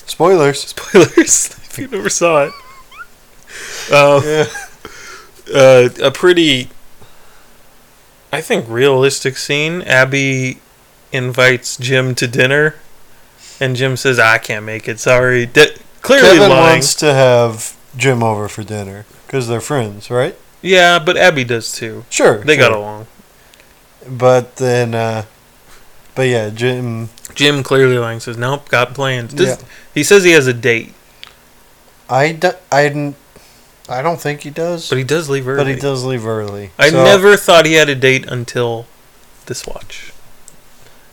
S4: Spoilers.
S3: spoilers if you never saw it um,
S4: Yeah.
S3: uh, a pretty, I think, realistic scene. Abby invites Jim to dinner, and Jim says, "I can't make it. Sorry." De- clearly
S4: Kevin
S3: lying.
S4: wants to have Jim over for dinner because they're friends, right?
S3: Yeah, but Abby does too.
S4: Sure.
S3: They got
S4: sure.
S3: along.
S4: But then, uh, but yeah, Jim.
S3: Jim clearly lying says, "Nope, got plans." Does-
S4: Yeah.
S3: He says he has a date,
S4: I, do, I, didn't- I don't think he does,
S3: but he does leave early.
S4: but he does leave early.
S3: I
S4: So,
S3: never thought he had a date until this watch.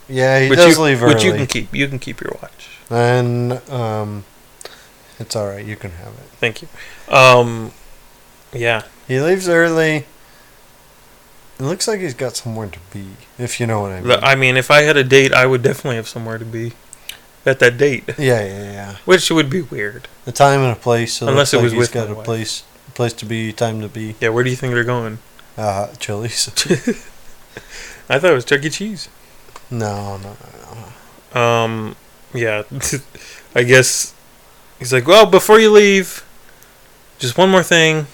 S4: Yeah, he
S3: which
S4: does
S3: you,
S4: leave early.
S3: Which you can keep. You can keep your watch.
S4: And um, it's all right. You can have it.
S3: Thank you. Um, yeah.
S4: He leaves early. It looks like he's got somewhere to be, if you know what I mean.
S3: Th- I mean, if I had a date, I would definitely have somewhere to be at that date,
S4: yeah, yeah, yeah.
S3: which would be weird.
S4: A time and a place. So
S3: Unless
S4: Unless
S3: it
S4: it
S3: was
S4: like he's
S3: with
S4: got
S3: my
S4: a
S3: wife.
S4: place, place to be, time to be.
S3: Yeah, where do you think they're going?
S4: Uh, Chili's.
S3: I thought it was Chuck E. Cheese.
S4: no, no.
S3: Um, yeah, I guess he's like, well, before you leave, just one more thing.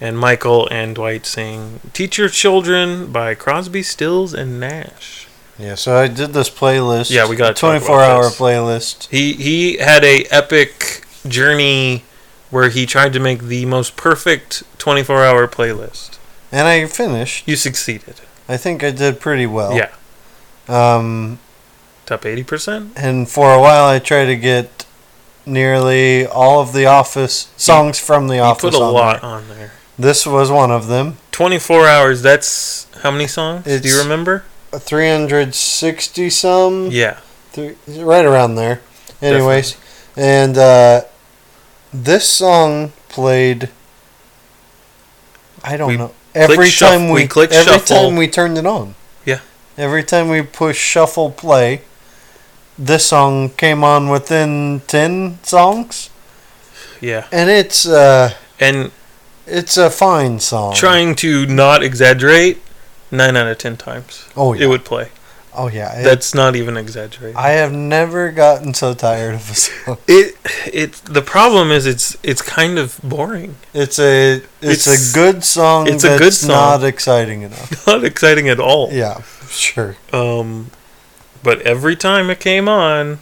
S3: And Michael and Dwight sing "Teach Your Children" by Crosby, Stills, and Nash.
S4: Yeah. So I did this playlist.
S3: Yeah, we gotta talk about
S4: twenty-four hour
S3: this.
S4: playlist.
S3: He he had a epic journey where he tried to make the most perfect 24-hour playlist.
S4: And I finished.
S3: You succeeded.
S4: I think I did pretty well.
S3: Yeah,
S4: Um,
S3: top eighty percent.
S4: and for a while I tried to get nearly all of the Office songs from the
S3: You put
S4: Office.
S3: a
S4: on
S3: lot
S4: there.
S3: on there.
S4: This was one of them.
S3: Twenty-four hours. That's how many songs? Do you
S4: It's-
S3: remember?
S4: Three hundred sixty some.
S3: Yeah,
S4: three, right around there. Anyways, and uh, this song played. I don't
S3: We
S4: know. Every
S3: shuff-
S4: time we,
S3: we click
S4: every
S3: shuffle.
S4: time we turned it on.
S3: Yeah.
S4: Every time we push shuffle play, this song came on within ten songs,
S3: yeah.
S4: and it's uh,
S3: And
S4: it's a fine song.
S3: trying to not exaggerate, nine out of ten times
S4: Oh
S3: it
S4: yeah.
S3: would play.
S4: Oh yeah, it-
S3: That's not even exaggerated.
S4: I have never gotten so tired of a song.
S3: It it the problem is it's it's kind of boring.
S4: It's a it's,
S3: It's-
S4: a good song.
S3: it's a
S4: that's
S3: good song.
S4: Not exciting enough.
S3: Not exciting at all.
S4: Yeah, sure.
S3: Um but every time it came on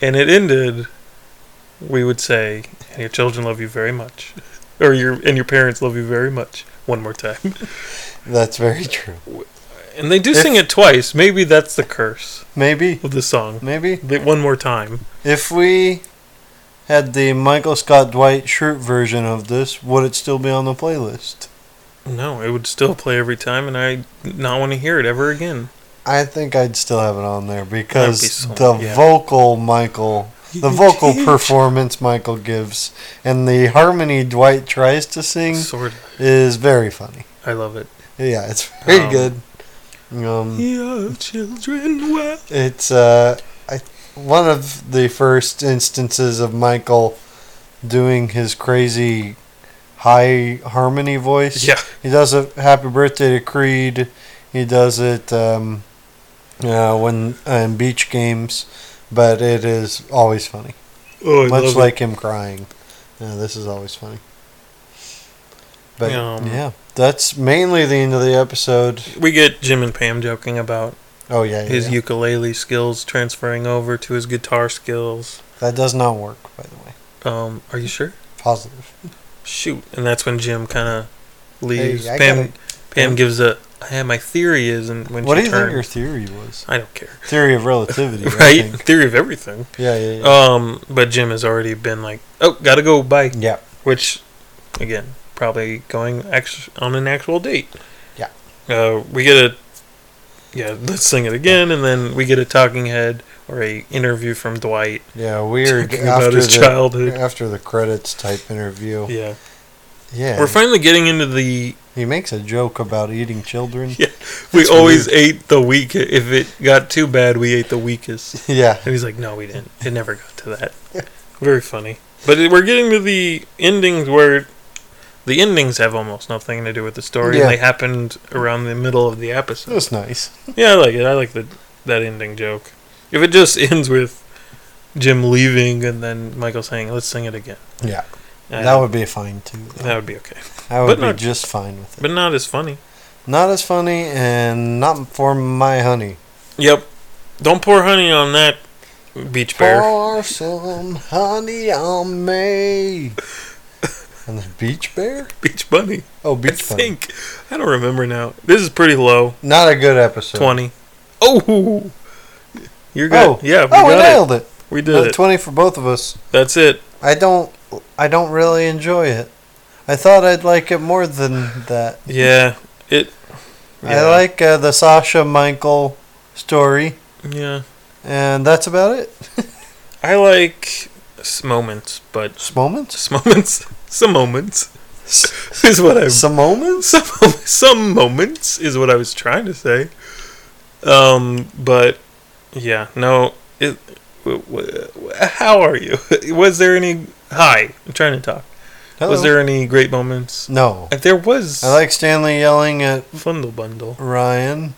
S3: and it ended, we would say, And your children love you very much. Or your and your parents love you very much one more time.
S4: That's very true.
S3: And they do
S4: If-
S3: sing it twice. Maybe that's the curse
S4: Maybe
S3: of the song.
S4: maybe
S3: They- One more time.
S4: if we had the Michael Scott Dwight Schrute version of this, would it still be on the playlist?
S3: No, it would still play every time and I not want to hear it ever again.
S4: I think I'd still have it on there because
S3: so-
S4: the
S3: yeah.
S4: vocal Michael, the vocal performance Michael gives, and the harmony Dwight tries to sing
S3: Sort of.
S4: is very funny.
S3: I love it.
S4: Yeah, it's very
S3: Um,
S4: good. Um,
S3: Your children well.
S4: it's uh, I, one of the first instances of Michael doing his crazy high harmony voice.
S3: Yeah.
S4: He does a Happy Birthday to Creed. He does it um, uh, when uh, in beach games, but it is always funny.
S3: Oh, I
S4: Much
S3: love
S4: like him crying. Uh, this is always funny. But
S3: Um,
S4: yeah, that's mainly the end of the episode.
S3: it. We get Jim and Pam joking about
S4: Oh yeah, yeah,
S3: his
S4: yeah.
S3: ukulele skills transferring over to his guitar skills.
S4: that does not work, by the way.
S3: Um, are you sure?
S4: Positive.
S3: Shoot. And that's when Jim kind of leaves.
S4: Hey, I
S3: Pam
S4: gotta-
S3: Pam
S4: Yeah.
S3: gives a I have my theory is and when
S4: what do
S3: she
S4: you think
S3: turned,
S4: your theory was?
S3: I don't care.
S4: Theory of relativity, I
S3: Right?
S4: think.
S3: Theory of everything.
S4: Yeah, yeah, yeah.
S3: Um, but Jim has already been like, "Oh, got to go, bye."
S4: yeah.
S3: which again probably going act- on an actual date
S4: Yeah.
S3: uh, we get a yeah let's sing it again and then we get a talking head or a interview from dwight
S4: Yeah, weird.
S3: Talking about
S4: after
S3: his
S4: the,
S3: childhood.
S4: After the credits type interview. Yeah.
S3: yeah we're finally getting into the
S4: he makes a joke about eating children.
S3: Yeah. we
S4: That's
S3: always ate the weak if it got too bad we ate the weakest
S4: Yeah.
S3: and he's like no we didn't it never got to that very funny but it- we're getting to the endings where the endings have almost nothing to do with the story
S4: Yeah.
S3: they happened around the middle of the episode
S4: That's nice.
S3: Yeah, I like it. I like the that ending joke. If it just ends with Jim leaving and then Michael saying, "Let's sing it again,"
S4: Yeah.
S3: I-
S4: that would be fine too. though.
S3: that would be okay,
S4: I would
S3: but
S4: be
S3: not-
S4: just fine with it.
S3: but not as funny.
S4: Not as funny and not for my honey.
S3: Yep. Don't pour honey on that beach bear.
S4: Pour some honey on me. and the beach bear?
S3: Beach bunny.
S4: Oh,
S3: I
S4: beach bunny.
S3: think I don't remember now. This is pretty low.
S4: Not a good episode.
S3: Twenty. Oh. You're good.
S4: Oh.
S3: yeah, we
S4: Oh, we
S3: got
S4: nailed it.
S3: it. We did
S4: Another
S3: it.
S4: Twenty for both of us.
S3: That's it.
S4: I don't. I don't really enjoy it. I thought I'd like it more than that.
S3: Yeah. It.
S4: I like uh, the Sasha Michael story,
S3: Yeah.
S4: and that's about it.
S3: I like s- moments, but
S4: Some moments.
S3: Just moments. Some moments is what I some
S4: Some moments.
S3: some moments is what I was trying to say. Um, but yeah, no. It, w- w- how are you? Was there any? Hi, I'm trying to talk.
S4: Hello.
S3: Was there any great moments?
S4: No.
S3: Uh, There was.
S4: I like Stanley yelling at
S3: Fundle Bundle,
S4: Ryan.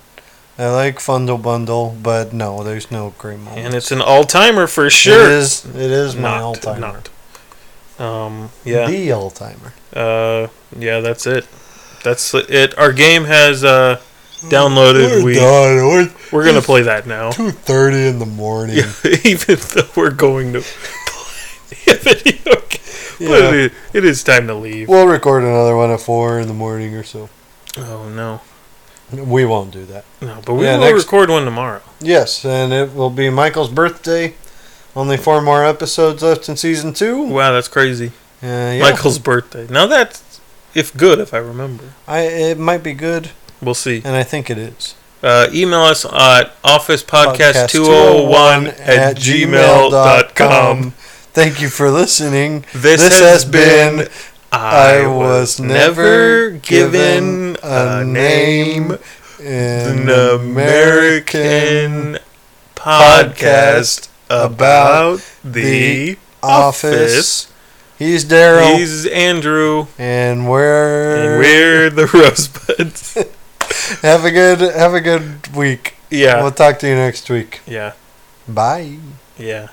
S4: I like Fundle Bundle, but no, there's no great moments.
S3: and it's an all timer for
S4: It
S3: sure.
S4: is. It is my
S3: Not-
S4: all timer.
S3: not. Um. Yeah.
S4: The all timer.
S3: Uh, yeah, that's it. That's it. Our game has uh, downloaded.
S4: We're
S3: We
S4: done. We're
S3: we're gonna play that now,
S4: two thirty in the morning.
S3: Oh. Yeah, even though we're going to play a video game. But
S4: Yeah.
S3: it is, it is time to leave.
S4: We'll record another one at four in the morning or so.
S3: Oh no,
S4: We won't do that.
S3: no. But we
S4: Yeah,
S3: will
S4: next-
S3: record one tomorrow.
S4: Yes, and it will be Michael's birthday. Only four more episodes left in season two.
S3: Wow, that's crazy.
S4: Uh, yeah,
S3: Michael's birthday. Now that's if good, if I remember.
S4: I, it might be good,
S3: We'll see.
S4: and I think it is.
S3: Uh, email us at officepodcast201
S4: Podcast201
S3: at gmail.com.
S4: Thank you for listening.
S3: This, has,
S4: This has
S3: been,
S4: been
S3: I
S4: I
S3: was
S4: Was
S3: never
S4: Never
S3: given
S4: Given
S3: a
S4: a
S3: name
S4: Name
S3: an
S4: An
S3: American podcast
S4: podcast about
S3: about the office.
S4: office. He's Daryl,
S3: He's Andrew,
S4: and we're,
S3: and we're the Rosebuds.
S4: have a good have a good week.
S3: Yeah.
S4: We'll talk to you next week.
S3: Yeah.
S4: Bye.
S3: Yeah.